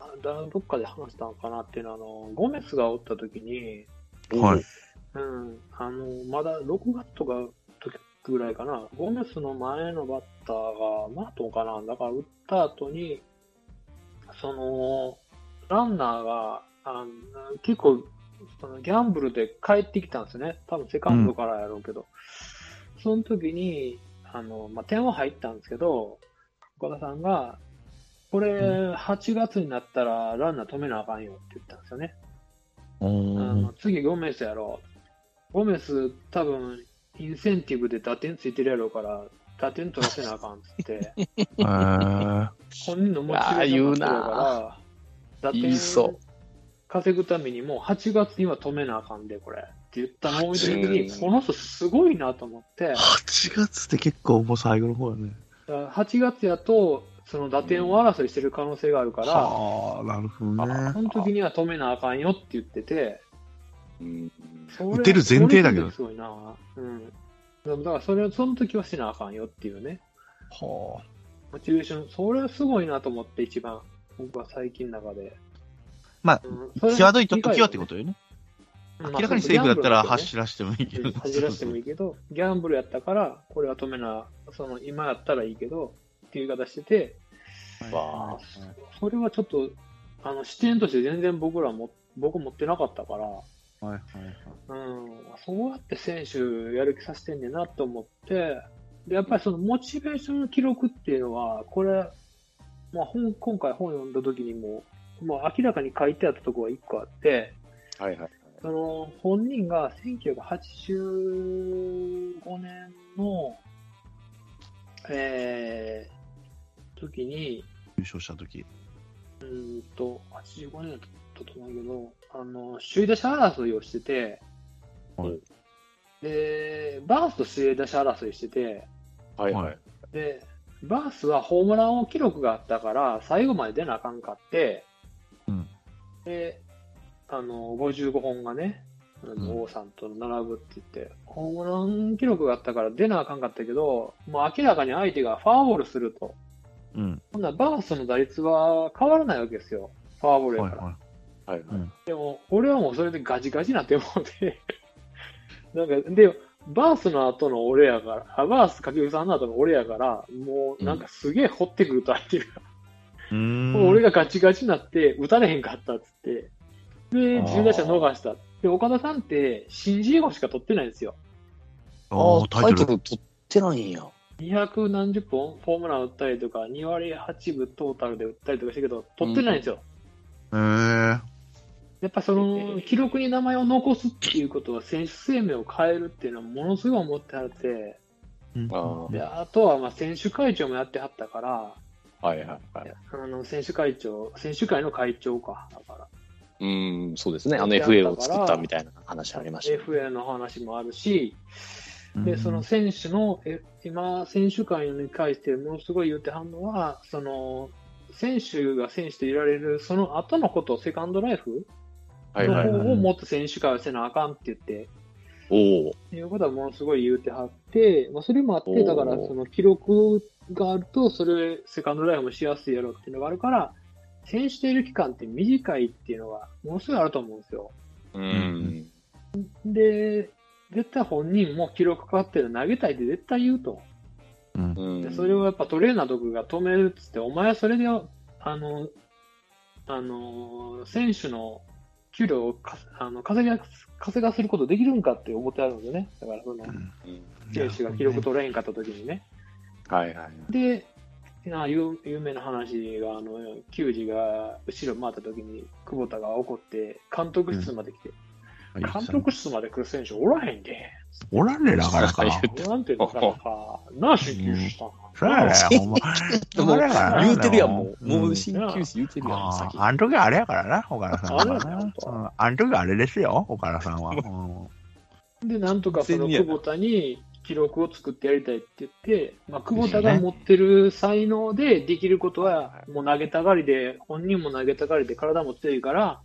Speaker 2: あだどっかで話したのかなっていうのは、あの、ゴメスがおった時に、
Speaker 1: はい。
Speaker 2: うん、あの、まだ6月とか時ぐらいかな、ゴメスの前のバッターがマートンかな、だから打った後に、その、ランナーが、あの結構、そのギャンブルで帰ってきたんですよね。多分セカンドからやろうけど。その時に、あの、まあ、点は入ったんですけど、岡田さんが、これ、8月になったらランナー止めなあかんよって言ったんですよね。
Speaker 1: うん
Speaker 2: あの次ゴメスやろ。ゴメス多分インセンティブで打点ついてるやろうから、打点取らせなあかんっつ
Speaker 1: <laughs>
Speaker 2: って、
Speaker 1: へー
Speaker 2: 本人のモチベーションが
Speaker 3: いやー言う
Speaker 2: から、打
Speaker 3: 言いそう
Speaker 2: 稼ぐためにもう8月には止めなあかんで、これ。って言ったのを見た時に、
Speaker 3: うん
Speaker 2: この人すごいなと思って、
Speaker 1: 8月って結構もう最後の方やね。
Speaker 2: 8月やと、その打点を争いしてる可能性があるから、
Speaker 1: はあ、なるほどね
Speaker 2: そ。の時には止めなあかんよって言ってて、
Speaker 3: うん。
Speaker 2: それ
Speaker 1: 打てる前提だけど
Speaker 2: それすごいな。うん。だから、それを、その時はしなあかんよっていうね。
Speaker 1: はあ
Speaker 2: モチベーション、それはすごいなと思って、一番。僕は最近の中で。
Speaker 1: まあ
Speaker 2: うん、
Speaker 1: 際どい時はってことよね。
Speaker 2: と
Speaker 1: 明らかにセーブだったら
Speaker 2: 走
Speaker 1: 走らしてもいいけど。
Speaker 2: 走らせてもいいけど、ギャンブルやったから、これは止めな、その、今やったらいいけど、っていう言い方してて、
Speaker 3: わあ。
Speaker 2: それはちょっと、あの、視点として全然僕らも、僕持ってなかったから、
Speaker 1: はいはい
Speaker 2: うん、そうやって選手やる気させてんねんなと思って、でやっぱりそのモチベーションの記録っていうのは、これ、まあ、本今回本読んだ時にも、まあ、明らかに書いてあったところが1個あって、
Speaker 3: はいはいはい。
Speaker 2: その本人が1985年の、えー、時に、
Speaker 1: 優勝した時。
Speaker 2: うーんと、85年だったと思うけど、あの、首位打者争いをしてて、
Speaker 1: はい
Speaker 2: で、バースと指令出し争いしてて、
Speaker 3: はい
Speaker 1: は
Speaker 3: はいい。
Speaker 2: で、バースはホームラン王記録があったから、最後まで出なあかんかって、
Speaker 1: うん
Speaker 2: で、あの、55本がね、あの
Speaker 1: うん
Speaker 2: 王さんと並ぶって言って、ホームラン記録があったから出なあかんかったけど、もう明らかに相手がファーボールすると。
Speaker 1: うん。
Speaker 2: ほんならバースの打率は変わらないわけですよ。ファーボールや
Speaker 1: はい
Speaker 2: から。
Speaker 1: は
Speaker 3: はいはい。
Speaker 2: でも、俺はもうそれでガチガチになってもうて、 <laughs> なんか、で、バースの後の俺やから、あバース掛布さんの後の俺やから、もうなんかすげえ掘ってくると相手が、
Speaker 1: い。うーん。
Speaker 2: もう <laughs> 俺
Speaker 1: が。
Speaker 2: がガチガチになって、打たれへんかったっつって、
Speaker 1: あ
Speaker 2: で、
Speaker 1: ー
Speaker 2: 自分打者逃した。で、岡田さんって、新人王しか取ってないんですよ。
Speaker 1: ああ、タイトル。
Speaker 3: ル取ってないんや。
Speaker 2: 200何十本ホームラン打ったりとか、2割8分トータルで打ったりとかしたけど、取ってないんですよ。
Speaker 1: へえ。
Speaker 2: やっぱその記録に名前を残すっていうことは選手生命を変えるっていうのはものすごい思ってはって、
Speaker 1: うん
Speaker 3: あ
Speaker 2: であとはまあ選手会長もやってはったから、
Speaker 3: はいはいはい。
Speaker 2: あの選手会長、選手会の会長か、だから、
Speaker 3: うん、そうですね。あの
Speaker 2: だから
Speaker 3: FA を作ったみたいな話ありましたね。
Speaker 2: FA の話もあるし、
Speaker 1: う
Speaker 2: で
Speaker 1: ん
Speaker 2: その選手の、え今、選手会に対してものすごい言ってはんのは、その選手が選手といられるその後のことをセカンドライフ
Speaker 3: はい
Speaker 2: の
Speaker 3: はいはい。
Speaker 2: 方をもっと選手会をせなあかんって言って。
Speaker 3: おお。
Speaker 2: いうことはものすごい言うてはって、まあ、それもあっ
Speaker 3: お
Speaker 2: て、
Speaker 3: ー
Speaker 2: だからその記録があると、それ、セカンドライフもしやすいやろっていうのがあるから、選手ている期間って短いっていうのが、ものすごいあると思うんですよ。
Speaker 3: うん。
Speaker 2: で、絶対本人も記録かかってる投げたいって絶対言うと。
Speaker 1: うん
Speaker 2: でそれをやっぱトレーナーとかが止めるっつって、お前はそれで、あの、あの、選手の給料をかあの稼が稼がせることできるんかって思ってあるんですよね。だからその、
Speaker 3: うん
Speaker 2: 選手が記録取れへんかった時にね。
Speaker 3: はいはい。
Speaker 2: で、な有有名な話が、あの、球児が後ろ回った時に、久保田が怒って、監督室まで来て、監督室まで来る選手おらへんで、
Speaker 1: おらんねえな、なかなか。
Speaker 2: なんてなかなか、なあ、進級したん
Speaker 1: そうやね、ほんま。 <laughs>
Speaker 3: もう言うてるやん、もう。
Speaker 1: ん
Speaker 3: もう新球種言うてるやん、
Speaker 1: あ
Speaker 3: 先
Speaker 1: ー。あん時あれやからな、岡田さんは
Speaker 2: あれや
Speaker 1: な
Speaker 2: な。
Speaker 1: うんあん時あれですよ、岡田さんは。うん
Speaker 2: で、なんとかその
Speaker 3: 完全にや
Speaker 2: 久
Speaker 3: な
Speaker 2: 保田に記録を作ってやりたいって言って、まあ、久保田が持ってる才能でできることは、もう投げたがりで、本人も投げたがりで体も強いから、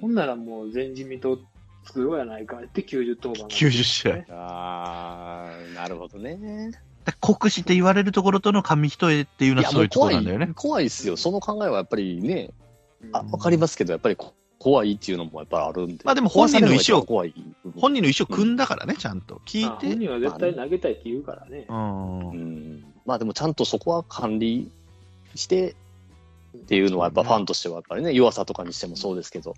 Speaker 2: ほんならもう前人未到作ろうやないかって90登板
Speaker 1: 90試合。
Speaker 3: あー、なるほどね。
Speaker 1: 酷使って言われるところとの紙一重っていうの
Speaker 3: い
Speaker 1: は
Speaker 3: や、
Speaker 1: そう
Speaker 3: も
Speaker 1: いう
Speaker 3: う
Speaker 1: とこ
Speaker 3: 怖
Speaker 1: ろなん
Speaker 3: い
Speaker 1: だよね。。
Speaker 3: 怖いっすよ。その考えはやっぱりね、あ、
Speaker 1: うん
Speaker 3: わかりますけど、やっぱりこ怖いっていうのもやっぱりあるんで。
Speaker 1: まあでも本人の意思を
Speaker 3: 怖い。
Speaker 1: 本人の意思を組んだからね、ちゃんと。聞
Speaker 2: まあ本
Speaker 1: いて。
Speaker 2: 人は絶対投げたいって言うからね。
Speaker 1: うん
Speaker 3: う。ん。まあでもちゃんとそこは管理してっていうのはやっぱファンとしてはやっぱりね、弱さとかにしてもそうですけど。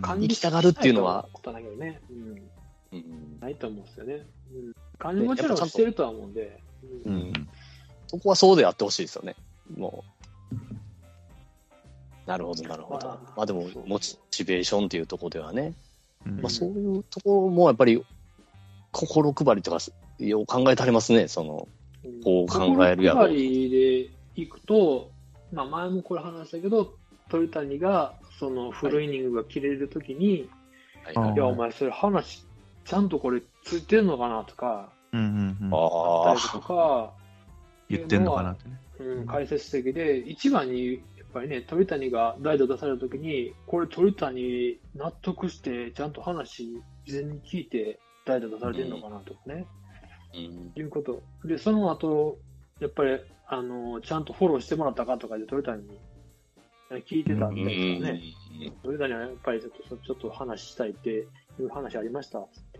Speaker 2: 管
Speaker 3: 理
Speaker 2: 理
Speaker 3: 行きたがるっていうのは
Speaker 2: ことだけどね、うん、
Speaker 3: うん。
Speaker 2: ないと思うんですよね。うん、管理もちろんしてるとは思うんで。
Speaker 1: う
Speaker 2: うん
Speaker 1: ん。
Speaker 3: そこはそうでやってほしいですよね。もう。なるほど、なるほど。
Speaker 2: まあ
Speaker 3: まあでも
Speaker 2: そう、
Speaker 3: モチベーションっていうところではね、
Speaker 1: うん
Speaker 3: まあそういうところもやっぱり、心配りとか、よう考えてありますね、その、こう考えるやろ
Speaker 2: 心配りで行くと、まあ、前もこれ話したけど、鳥谷がそのフルイニングが切れるときに、
Speaker 3: はい
Speaker 1: あ
Speaker 2: い、や、お前、それ話、ちゃんとこれついてるのかなとか、
Speaker 1: うんうんうん
Speaker 3: あ
Speaker 2: あ
Speaker 3: あ
Speaker 2: ったりとか、
Speaker 1: 言ってんのかなってね。
Speaker 2: うん、解説的で、一番に、やっぱりね、鳥谷が代打出されたときに、これ鳥谷納得して、ちゃんと話、事前に聞いて、代打出されてるのかなとかね、
Speaker 3: うん
Speaker 2: いうこと。で、その後、やっぱり、あの、ちゃんとフォローしてもらったかとかで鳥谷にえ聞いてたみたいですね。鳥谷はやっぱりちょっと、ちょっと話したいっていう話ありました、つって。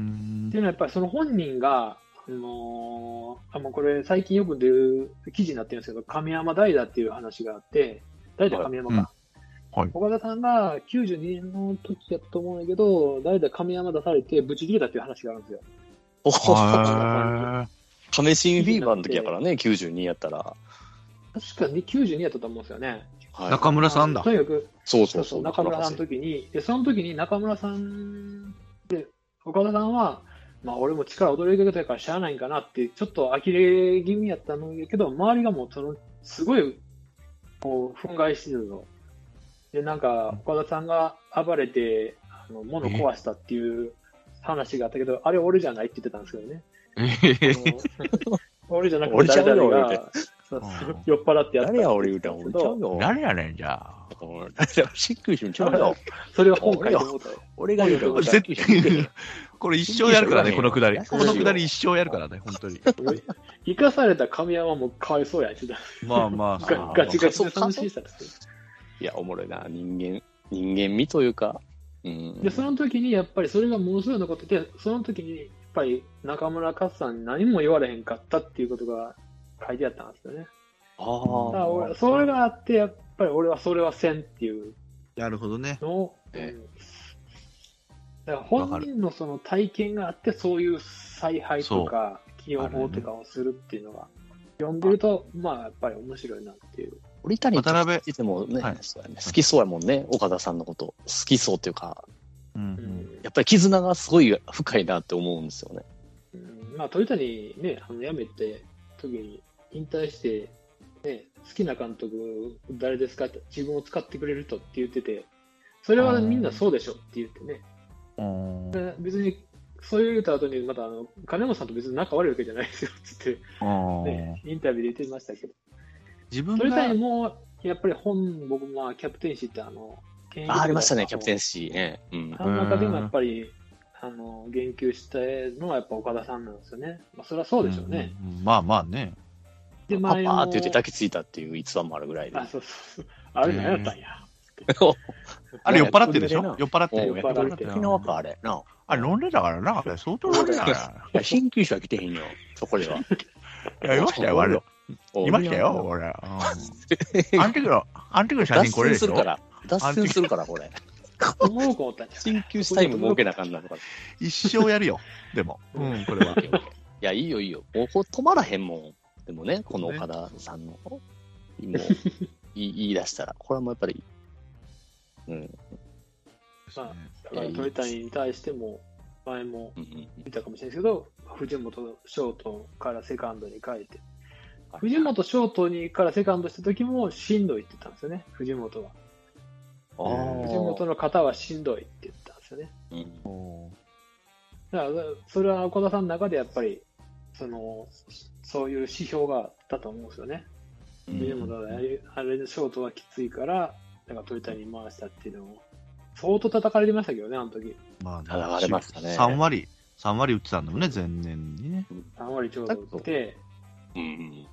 Speaker 1: うん
Speaker 2: っていうのはやっぱりその本人が、あのーあもうこれ最近よく出る記事になってるんですけど、亀山代打っていう話があって、代打亀山か。
Speaker 1: はいうん
Speaker 2: 岡田さんが92年の時だったと思うんだけど、代打亀山出されて、ぶち切れたっていう話があるんですよ。
Speaker 3: お
Speaker 2: い
Speaker 3: ー <laughs>
Speaker 1: は
Speaker 3: 亀新フィーバーの時やからね、92やったら。
Speaker 2: 確かに92やったと思うんですよね。
Speaker 1: い
Speaker 3: はい
Speaker 1: 中村さんだ
Speaker 2: と。にかく、
Speaker 3: そうそ
Speaker 2: そううそ、
Speaker 3: そうう。
Speaker 2: 中村さんの
Speaker 3: 中
Speaker 2: 時に、で、その時に中村さんで、岡田さんは、まあ、俺も力踊りかけたからしゃあないんかなって、ちょっと呆れ気味やったのやけど、周りがもう、その、すごい、こう、憤慨してるの。で、なんか、岡田さんが暴れて、あの、物壊したっていう話があったけど、あれ俺じゃないって言ってたんですけどね。
Speaker 1: <laughs>
Speaker 4: え
Speaker 2: あの俺じゃなく
Speaker 3: <laughs> 俺
Speaker 2: て
Speaker 3: ちゃうよ
Speaker 2: 誰々
Speaker 3: 俺み
Speaker 2: が
Speaker 3: た
Speaker 2: そう
Speaker 4: うん
Speaker 2: 酔っ払ってやった
Speaker 3: 誰や俺言うたん、俺ちゃうよ。
Speaker 4: 誰やねん、じゃあ。
Speaker 3: 俺誰やしっくりしんちゃうよ。
Speaker 2: それは本会で思ったよ。
Speaker 3: <laughs> 俺が言うたん、俺
Speaker 1: 絶対
Speaker 3: 対、
Speaker 1: これ一生やるからね、このくだり。
Speaker 3: 優しい
Speaker 1: こ
Speaker 3: よ
Speaker 1: のくだり一生やるからね、本当に。
Speaker 2: 生かされた神山もかわいそうやって言って
Speaker 1: まあまあ
Speaker 2: た。
Speaker 3: あ
Speaker 2: ガ
Speaker 3: ー
Speaker 2: ガチガチ
Speaker 3: そ
Speaker 2: で
Speaker 3: う
Speaker 2: 楽しいさ。
Speaker 3: <laughs> いや、おもろいな。人間、人間味というか。うん。
Speaker 2: で、その時にやっぱりそれがものすごい残ってて、その時にやっぱり中村勝さんに何も言われへんかったっていうことが書いてあったんですよね。だから
Speaker 3: あ
Speaker 2: 俺それがあって、やっぱり俺はそれはせんっていう
Speaker 1: なるほどね。
Speaker 2: のを、うん
Speaker 3: え
Speaker 2: だから本人のその体験があって、そういう采配とか、起用法とかをするっていうのが、読んでると、まあやっぱり面白いなっていう。
Speaker 3: あ。俺、谷
Speaker 1: 渡辺
Speaker 3: いつもね,、
Speaker 1: はい
Speaker 3: そうやね、好きそうやもんね。岡田さんのこと。好きそうっていうか、
Speaker 1: う。
Speaker 2: うんん
Speaker 3: やっぱり絆がすごい深いなって思うんですよね。
Speaker 2: うんまあ、鳥谷ね、あの辞めて、時に引退して、ね、好きな監督、誰ですかって、自分を使ってくれる人って言ってて、それはみんなそうでしょって言ってね、
Speaker 1: うん。うん
Speaker 2: 別にそういう言った後に、またあの金本さんと別に仲悪いわけじゃないですよって言って、ね、インタビューで言ってましたけど、
Speaker 1: 自分
Speaker 2: 鳥
Speaker 1: が
Speaker 2: 谷、もやっぱり本、僕もまあキャプテンシーってあの、
Speaker 3: あー、ありましたね、キャプテン
Speaker 2: シ
Speaker 3: シーね。うん。
Speaker 2: あの中でもやっぱり、あの言及したのはやっぱ岡田さんなんですよね。まあ、それはそうでしょうね。
Speaker 1: んんん。まあまあね。
Speaker 2: で、
Speaker 3: パパ
Speaker 2: 前
Speaker 3: ー
Speaker 2: も
Speaker 3: って言って抱きついたっていう逸話もあるぐらいで
Speaker 2: あ、。そうそうそう。あれ何やったんや。
Speaker 1: あれ酔っ払ってるでしょ
Speaker 3: いや
Speaker 1: 酔っ払って
Speaker 3: も
Speaker 1: る
Speaker 2: 酔
Speaker 3: うや
Speaker 2: っ
Speaker 3: っ
Speaker 2: ぱ払
Speaker 3: ぱり
Speaker 2: ってる
Speaker 3: 沖縄か、あれ。な
Speaker 1: あれ飲んでたからな。あれ相当飲んでたから。
Speaker 3: あ。鍼灸師は来てへんよ、そこで <laughs> は。
Speaker 1: いや、いましたよ、あれ。いましたよ、俺。うん <laughs> あん時の、あん時の写
Speaker 3: 脱
Speaker 1: 真これ
Speaker 3: 線
Speaker 1: ですし
Speaker 3: る
Speaker 1: ょ
Speaker 3: から。脱線するから、これ。
Speaker 2: 思う子おったんや。
Speaker 3: 鍼灸師タイム設けなあかんなとか。い
Speaker 1: 一生やるよ。でも。うん、これは。
Speaker 3: や、いいよ、いいよ。もうこう止まらへんもん。でもね、この岡田さんの、もう、 <laughs> 言い言い出したら、これはもうやっぱり、うん、
Speaker 2: まだから鳥谷に対しても、前も
Speaker 3: うん、うん。
Speaker 2: 見たかもしれないですけど、藤本翔斗からセカンドに変えて、
Speaker 3: はい
Speaker 2: 藤本翔斗にからセカンドした時もしんどいって言ったんですよね、藤本は。
Speaker 3: あ
Speaker 2: 藤本
Speaker 3: ー
Speaker 2: の方はしんどいって言ったんですよね。
Speaker 3: うん
Speaker 1: おー
Speaker 2: だから、それは小田さんの中でやっぱり、その、そういう指標があったと思うんですよね。
Speaker 3: う
Speaker 2: で
Speaker 3: ん。
Speaker 2: もだからあれあれのショートはきついから、なんか鳥谷に回したっていうのを、相当叩かれてましたけどね、あの時。
Speaker 1: まあ、
Speaker 3: ただ割れましたね
Speaker 1: 3割、三割打ってたんだもんね、前年にね。 <laughs>
Speaker 2: 3割ちょうど打って、
Speaker 3: うん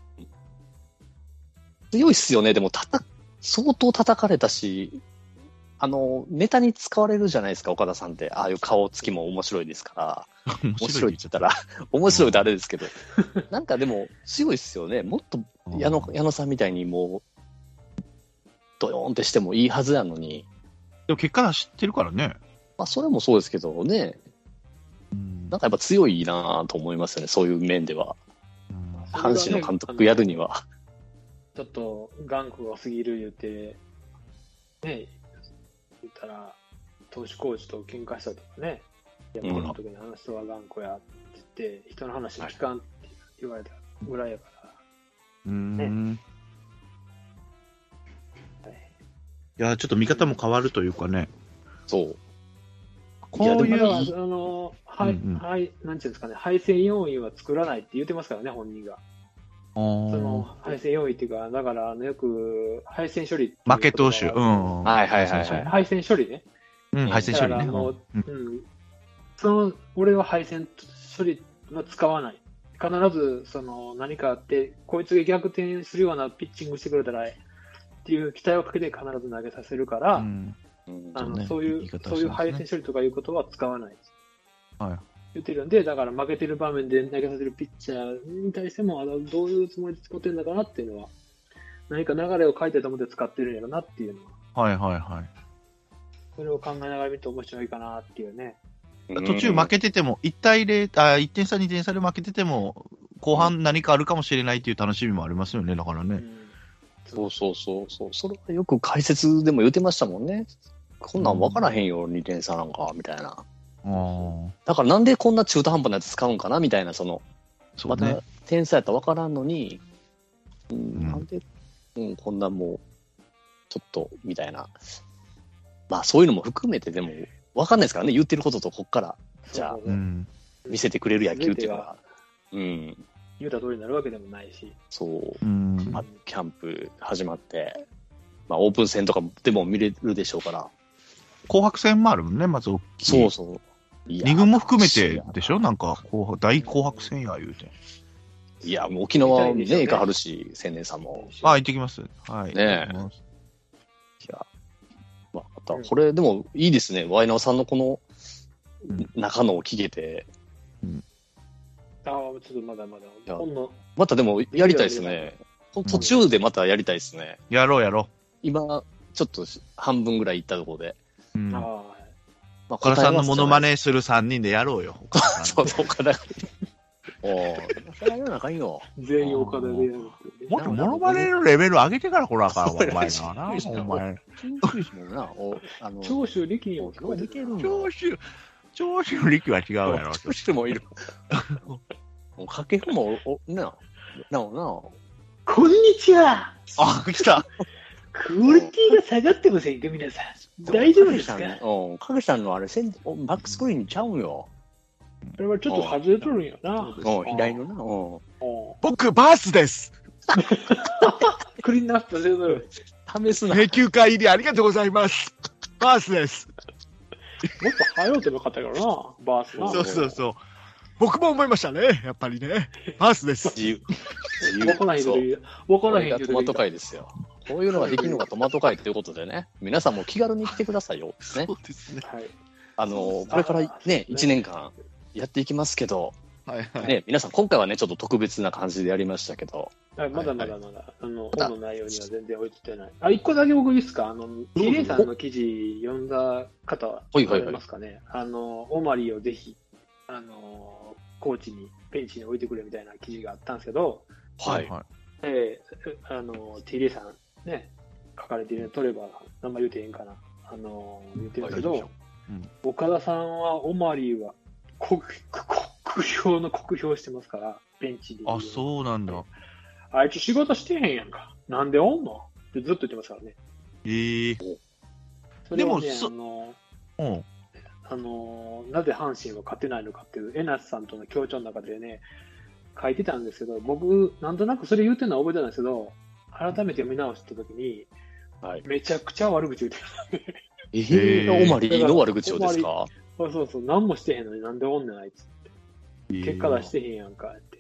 Speaker 3: 強いっすよね、でもたた、相当叩かれたし、あの、ネタに使われるじゃないですか、岡田さんって。ああいう顔つきも面白いですから。
Speaker 1: 面
Speaker 3: 面白いっ
Speaker 1: ってて
Speaker 3: 言ったら、面白いってあれですけど。なんかでも、強いっすよね。もっと
Speaker 1: 言っちゃ
Speaker 3: 矢
Speaker 1: った
Speaker 3: 野矢野さんみたいにもう、ドヨーンってしてもいいはずなのに、
Speaker 1: でも結果は知ってるからね。
Speaker 3: まあ、それもそうですけどね、
Speaker 1: うん
Speaker 3: なんかやっぱ強いなと思いますよね、そういう面では。
Speaker 1: うん
Speaker 3: 阪神の監督やるには。
Speaker 2: ちょっと頑固が過ぎる言うて、ね、言ったら、投手コーチと喧嘩したとかね、
Speaker 3: ん
Speaker 2: 山本君にあの人は頑固やって言って、人の話を聞かんって言われたぐらいやから、
Speaker 1: うん
Speaker 2: はい
Speaker 1: いや、ちょっと見方も変わるというかね。
Speaker 3: そう。
Speaker 1: こうい
Speaker 2: だ
Speaker 1: う、
Speaker 2: から、あの、はい、
Speaker 1: うんうん
Speaker 2: はい、なんていうんですかね、敗戦要因は作らないって言ってますからね、本人が。
Speaker 1: あー
Speaker 2: その敗戦要因っていうか、だからあのよく敗戦処理っていう
Speaker 1: 負け投手。
Speaker 2: 言
Speaker 1: う
Speaker 2: 葉
Speaker 1: ん。
Speaker 3: はいはいはい
Speaker 1: そう
Speaker 3: は
Speaker 1: そう
Speaker 2: が
Speaker 3: い。
Speaker 2: 敗戦処理ね。
Speaker 1: うん、敗戦処理
Speaker 2: だか
Speaker 1: ね。
Speaker 2: らもう
Speaker 1: うん
Speaker 2: うん。その、俺は敗戦処理は使わない。必ず、その、何かあって、こいつが逆転するようなピッチングしてくれたらっていう期待をかけて必ず投げさせるから、
Speaker 1: うん
Speaker 3: うん
Speaker 2: あ
Speaker 1: そう
Speaker 2: の
Speaker 1: ね
Speaker 2: そうい、
Speaker 1: 言いう方
Speaker 2: そう
Speaker 1: し
Speaker 2: い
Speaker 1: て
Speaker 2: う
Speaker 1: ますね
Speaker 2: 敗戦処理とかいうことは使わない。
Speaker 1: はい
Speaker 2: 言ってるんで、だから負けてる場面で投げさせるピッチャーに対しても、あのどういうつもりで使ってるんだかなっていうのは、何か流れを書いてたもので使ってるんやろなっていうのは、
Speaker 1: はいはいはい。
Speaker 2: それを考えながら見ると面白いかなっていうね。
Speaker 1: 途中負けてても、1対0、あ1点差、2点差で負けてても、後半何かあるかもしれないっていう楽しみもありますよね、だから
Speaker 2: う
Speaker 1: ね。
Speaker 2: ん
Speaker 3: そうそうそうそう。それはよく解説でも言ってましたもんね。こんなん分からへんよ、2点差なんか、みたいな。
Speaker 1: あー
Speaker 3: だからなんでこんな中途半端なやつ使うんかな、みたいな、その、
Speaker 1: そう
Speaker 3: ま
Speaker 1: ね
Speaker 3: た。点差やったら分からんのに、うん
Speaker 1: ん
Speaker 3: なんで、うん、こんなもう、ちょっと、みたいな。まあそういうのも含めて、でも、分かんないですからね、言ってることとこっからじゃあ
Speaker 2: そうそ
Speaker 1: う。
Speaker 2: うそうん
Speaker 3: 見せてくれる野球っていうのは、うん、
Speaker 2: 言うた通りになるわけでもないし、
Speaker 3: そう
Speaker 1: う、ん
Speaker 3: まあ、キャンプ始まって、まあ、オープン戦とかでも見れるでしょうから、
Speaker 1: 紅白戦もあるもんね、まず大きい。
Speaker 3: そうそう。いや
Speaker 1: 二軍も含めてでしょなんか紅白、大紅白戦や言うて。
Speaker 3: いや、もう沖縄
Speaker 2: 見たいでしょう
Speaker 3: ね、
Speaker 2: ね
Speaker 3: 行かはるし、青年さんも。
Speaker 1: あ、行ってきます。はい。
Speaker 3: ねえ
Speaker 1: 行ってき
Speaker 3: いや、まあ、また、これ、でもいいですね。ワイナオさんのこの
Speaker 1: うん、
Speaker 3: 中野を聞けて、
Speaker 2: ああ、ちょっとまだまだ。
Speaker 3: や
Speaker 2: 今度、
Speaker 3: またでもやりたいですね。
Speaker 1: ん
Speaker 3: 途中でまたやりたいですね。
Speaker 1: ますやろうやろ
Speaker 3: 今、ちょっとし半分ぐらい行ったところで。
Speaker 1: う。うん。
Speaker 2: ああ
Speaker 1: 岡
Speaker 2: はい
Speaker 3: ま
Speaker 1: 田
Speaker 3: あ、
Speaker 1: さんのモノマ
Speaker 3: ネ。
Speaker 1: ネする3人でやろうよ。岡田さん
Speaker 3: そう、そうかな。おぉ、それはようなかんよ。
Speaker 2: 全員岡田でやるっていうね
Speaker 1: <laughs> もっとモノマネのレベル上げてから来なあかんわ、お前な。な
Speaker 3: そう
Speaker 1: お
Speaker 3: や
Speaker 1: <laughs> 前。
Speaker 3: な、お、あの、
Speaker 2: 長州力にも聞こえて
Speaker 3: け
Speaker 2: る。
Speaker 3: る
Speaker 1: 長州、長州力は違うやろ。
Speaker 3: どうしてもいる。もう掛布も、お、な、なお
Speaker 2: こんにちは
Speaker 1: あ、来た。
Speaker 2: クオリティが下がってませんか皆さん。
Speaker 3: な。
Speaker 2: 大丈夫ですか
Speaker 3: 影さんのうん、影さんのあれ、せん、おバックスクリーンにちゃうんよ。
Speaker 2: これはちょっと外れとるんやな。
Speaker 3: うん、左のな、うん。
Speaker 2: お
Speaker 1: 僕、バースです。
Speaker 2: クリーンナップさせとる。
Speaker 3: 試すな。
Speaker 1: 球会入りありがとうございます。バースです。
Speaker 2: もっと早うてもよかったけどな、バースな。
Speaker 1: そうそうそう。僕も思いましたね。やっぱりね。バースです。
Speaker 3: 自由。自由
Speaker 2: わからへんけど
Speaker 3: そう
Speaker 2: 言う。わか
Speaker 3: こ
Speaker 2: ら
Speaker 3: れ
Speaker 2: へん
Speaker 3: が
Speaker 2: け
Speaker 3: ト
Speaker 2: ど
Speaker 3: マ
Speaker 2: 言う
Speaker 3: ト会ですよ。こういうのができるのがトマト会ということでね、皆さんも気軽に来てくださいよ。ね。
Speaker 1: うですね。
Speaker 2: はい。
Speaker 3: あの、これからね、1年間やっていきますけど、
Speaker 1: はいはい。
Speaker 3: ね、皆さん今回はね、ちょっと特別な感じでやりましたけど、
Speaker 2: はい、まだまだ
Speaker 1: は
Speaker 2: まだ、あの、本の内容には全然追いついてない。あ、一個だけ僕いいですかあの、ミレイさんの記事読んだ方は、
Speaker 3: はいはいはい
Speaker 2: ますかねあの、オマリーをぜひ、あの、コーチに、ベンチに置いてくれみたいな記事があったんですけど、
Speaker 3: はい。
Speaker 2: えー、あの、ティレイさん、ね、書かれているトレバーさん、名前言うてええんかなあの、言ってるんですけ
Speaker 1: はい
Speaker 2: ど、
Speaker 1: うん
Speaker 2: 岡田さんは、オマリーは、国、国評の国評してますから、ベンチで。
Speaker 1: あ、そうなんだ。
Speaker 2: あいつ仕事してへんやんか。なんでおんのってずっと言ってますからね。
Speaker 1: ええ
Speaker 2: それをね、
Speaker 1: でもそ
Speaker 2: あの、
Speaker 1: うん。
Speaker 2: あの、なぜ阪神は勝てないのかっていう、江夏さんとの協調の中でね、書いてたんですけど、僕、なんとなくそれ言うてるのは覚えてたんですけど、改めて見直したときに、
Speaker 3: はい
Speaker 2: めちゃくちゃ悪口言って
Speaker 3: えー、オマリーの悪口をですか
Speaker 2: る。そうそう、何もしてへんのになんでおんねん、あいつ。結果出してへんやんか、って。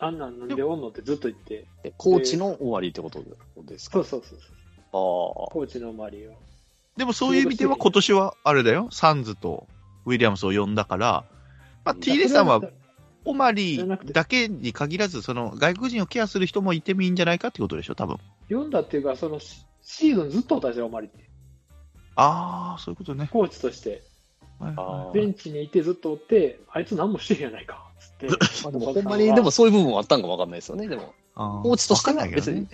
Speaker 2: あんなんなんでおんのってずっと言って。
Speaker 3: えコーチのオマリーってことですか
Speaker 2: そうそうそうそう。
Speaker 3: ああ、
Speaker 2: コーチの周りを。
Speaker 1: でもそういう意味では今年はあれだよ。サンズとウィリアムスを呼んだから、まあ、ティーレさんはオマリーだけに限らず、その外国人をケアする人もいてもいいんじゃないかってことでしょ、多分。
Speaker 2: 読んだっていうか、そのシシーズンずっと私はオマリって、
Speaker 1: ああ、そういうことね。
Speaker 2: コーチとして、
Speaker 1: はい
Speaker 3: あ
Speaker 1: は
Speaker 2: ベンチにいてずっとおって、あいつ何もしてへんやないか、つ
Speaker 3: <laughs>
Speaker 2: って。
Speaker 3: でもほんまに、でもそういう部分はあったんかわかんないですよね、でも。
Speaker 1: いあー
Speaker 3: コーチとして
Speaker 1: わ
Speaker 3: は
Speaker 1: かんないけ
Speaker 3: 別
Speaker 1: どね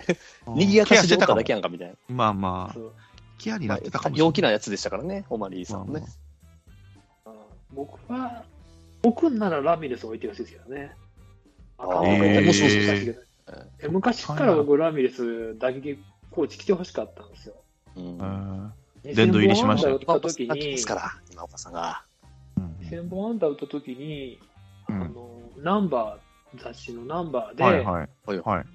Speaker 3: に、賑やかし
Speaker 1: ケア
Speaker 3: て
Speaker 1: してた
Speaker 3: た
Speaker 1: かも
Speaker 3: だけやんかみたいな。
Speaker 1: まあまあ
Speaker 2: そ、う
Speaker 1: ケアに
Speaker 3: ま
Speaker 1: なってたか
Speaker 3: あ
Speaker 1: もしれない。
Speaker 3: 陽気なやつでしたからね、オマリーさんもね。
Speaker 2: 僕は、僕ならラミレス置いてほしいですけどね。
Speaker 3: あ
Speaker 1: ー
Speaker 2: もしもしか
Speaker 1: え
Speaker 2: え昔から僕、ラミレス打撃コーチ来てほしかったんですよ。
Speaker 3: うん
Speaker 1: うん殿堂入りしました
Speaker 2: 2000
Speaker 3: 今
Speaker 2: 本安打打った時
Speaker 3: 岡
Speaker 2: に
Speaker 3: です、から、今岡さんが。
Speaker 1: うん
Speaker 2: 1000本安打打った時に、あ
Speaker 1: うん
Speaker 2: の、ナンバー、雑誌のナンバーで、
Speaker 1: はいはい。はい。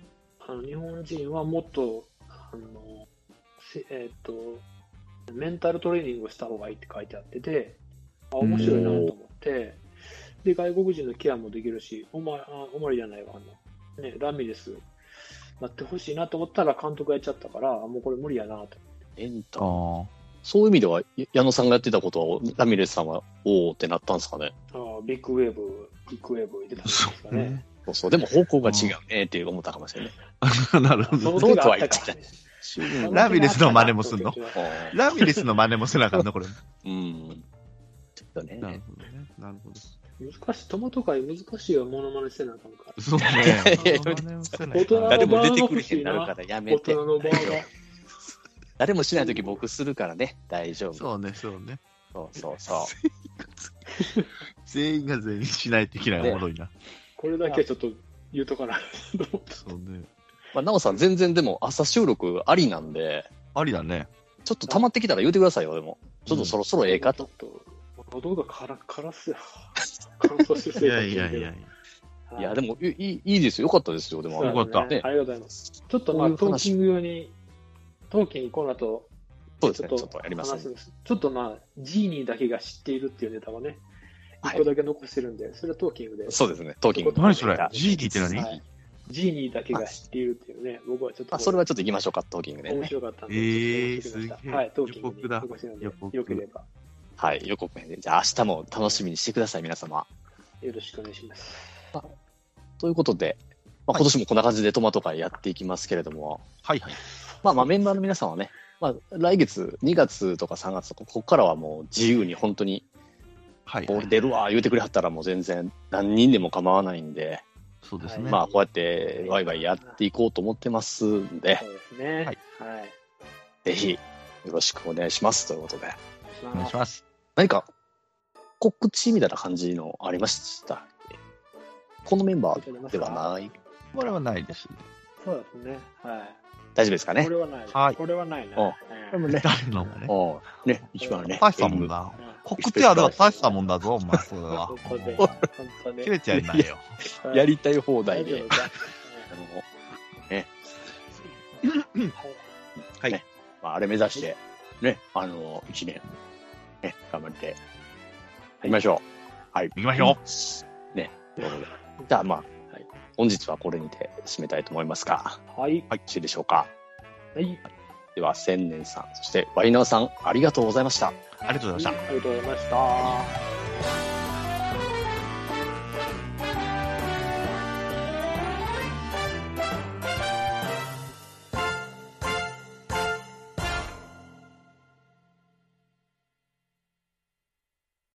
Speaker 2: あの日本人はもっと、あのせえーっとメンタルトレーニングをした方がいいって書いてあってて、あ面白いなと思って、で外国人のケアもできるし、おまあおまりじゃないわ、あのね、ラミレスなってほしいなと思ったら監督やっちゃったから、あもうこれ無理やなと。
Speaker 3: エンタ
Speaker 1: あー
Speaker 3: そういう意味では、や矢野さんがやってたことは、ラミレスさんは、おおってなったんですかね。
Speaker 2: あビッグウェーブ、ビッグウェーブ言ってたんですかね。
Speaker 3: そうそう、でも方向が違うねっていう思ったかもしれない。
Speaker 1: <laughs> なるほど。
Speaker 2: の時があったからね
Speaker 1: ラミレスの真似もすんの
Speaker 3: う
Speaker 1: ラミレスの真似もせなあかんな、こ
Speaker 2: <laughs>
Speaker 1: れ。
Speaker 3: ん。ちょっとね。
Speaker 1: なるほどね。なるほど。
Speaker 2: 難しい、トマト界難しいよ、モノマネせなあかんから。
Speaker 1: そうね。
Speaker 2: 大人
Speaker 3: 誰
Speaker 2: の
Speaker 3: も
Speaker 2: バ
Speaker 3: 出
Speaker 2: ー
Speaker 3: て
Speaker 2: が欲
Speaker 3: くれへ
Speaker 2: し
Speaker 3: ん
Speaker 2: い
Speaker 3: なるか
Speaker 2: な。
Speaker 3: らやめ
Speaker 2: 大
Speaker 3: て
Speaker 2: 人。のバーが。
Speaker 3: 誰もしないとき僕するからね。大丈夫。
Speaker 1: そうね、そうね。
Speaker 3: そうそうそ
Speaker 1: 全員が全員しないといけないおもろいな。
Speaker 2: これだけはちょっと言うとかな。
Speaker 1: そうね。
Speaker 3: う。まあ、なおさん全然でも朝収録ありなんで、
Speaker 1: ありだね。
Speaker 3: ちょっと溜まってきたら言うてくださいよ、でも。ちょっとそろそろええかと。
Speaker 2: ちょっと。喉がカラカラっすよ。乾燥して
Speaker 1: い
Speaker 2: る
Speaker 1: やいやいや。
Speaker 2: はい
Speaker 3: や、でも、いいいいですよ。よかったですよ。でも、
Speaker 2: そうですね
Speaker 1: よかった
Speaker 3: ね
Speaker 2: ありがとうございます。
Speaker 3: そ
Speaker 2: ちょっとまあ、
Speaker 3: こういう
Speaker 2: ト
Speaker 3: 話
Speaker 2: ーキング用に、トーキングこの後、
Speaker 3: うですね。ちょっとやります
Speaker 2: 話すん
Speaker 3: ね。
Speaker 2: ですちょっとまあ、ジーニーだけが知っているっていうネタをね、
Speaker 3: はい
Speaker 2: 一個だけ残してるんで、それはトーキングで。
Speaker 3: そうですね。トーキング。
Speaker 1: 何それ
Speaker 2: はい
Speaker 1: ジーニーって何
Speaker 2: はいジーニーだけが知っているっていうね、僕はちょっと、
Speaker 3: あ、それはちょっと行きましょうか、トーキングで
Speaker 2: 面
Speaker 3: ね。
Speaker 2: 白かったんで、
Speaker 1: えー
Speaker 2: ちょっとやってき
Speaker 1: すげ
Speaker 2: ました
Speaker 1: え
Speaker 2: はい、トーキングに
Speaker 1: 予告だ
Speaker 2: 残してるんで
Speaker 1: 予告
Speaker 2: よければ、
Speaker 3: はい。予告編で。じゃあ、明日も楽しみにしてください、皆様。
Speaker 2: よろしくお願いします。
Speaker 3: ということで、まあ、今年もこんな感じでトマト会やっていきますけれども、
Speaker 1: はいはい。
Speaker 3: まあまあメンバーの皆さんはね、まあ来月、2月とか3月とか、ここからはもう自由に本当に、
Speaker 1: はい、
Speaker 3: ボール出るわ、言うてくれはったらもう全然何人でも構わないんで、
Speaker 1: そうですね。
Speaker 2: はい
Speaker 3: まあこうやってワイワイやっていこうと思ってますんで
Speaker 2: そ、うですね。
Speaker 1: はい
Speaker 2: はい。
Speaker 3: ぜひよろしくお願いしますということで、
Speaker 1: お願いします。
Speaker 3: 何か告知みたいな感じのありましたっけこのメンバーではない、
Speaker 1: これはないです。
Speaker 2: そうですね。はい。
Speaker 3: 大丈夫ですかね
Speaker 2: こ。れはないです。
Speaker 1: はい
Speaker 2: これはないね。
Speaker 3: お
Speaker 2: う
Speaker 3: で
Speaker 2: ん
Speaker 3: もね、
Speaker 1: 誰のもね。
Speaker 3: うんね、一番ね、
Speaker 1: 大したもんだ。告知あれは大したもんだぞ、お前、それは。
Speaker 2: 本当で。
Speaker 1: もう
Speaker 2: 本当で
Speaker 1: 切れちゃいないよ。
Speaker 3: M やりたい放題
Speaker 2: 大丈
Speaker 3: で
Speaker 2: 夫。か。
Speaker 3: あの
Speaker 2: はい
Speaker 3: まあ、あれ目指して、ね、あの、一年、ね、頑張って、行きましょう。はい。
Speaker 1: 行きましょ
Speaker 3: う。ね、ということで。じゃあ、まあ、はい、本日はこれにて締めたいと思いますが、
Speaker 2: はい。
Speaker 3: よろしいでしょうか。
Speaker 2: はい。
Speaker 3: では、千年さん、そしてワイナーさん、ありがとうございました。
Speaker 1: ありがとうございました。
Speaker 2: ありがとうございました。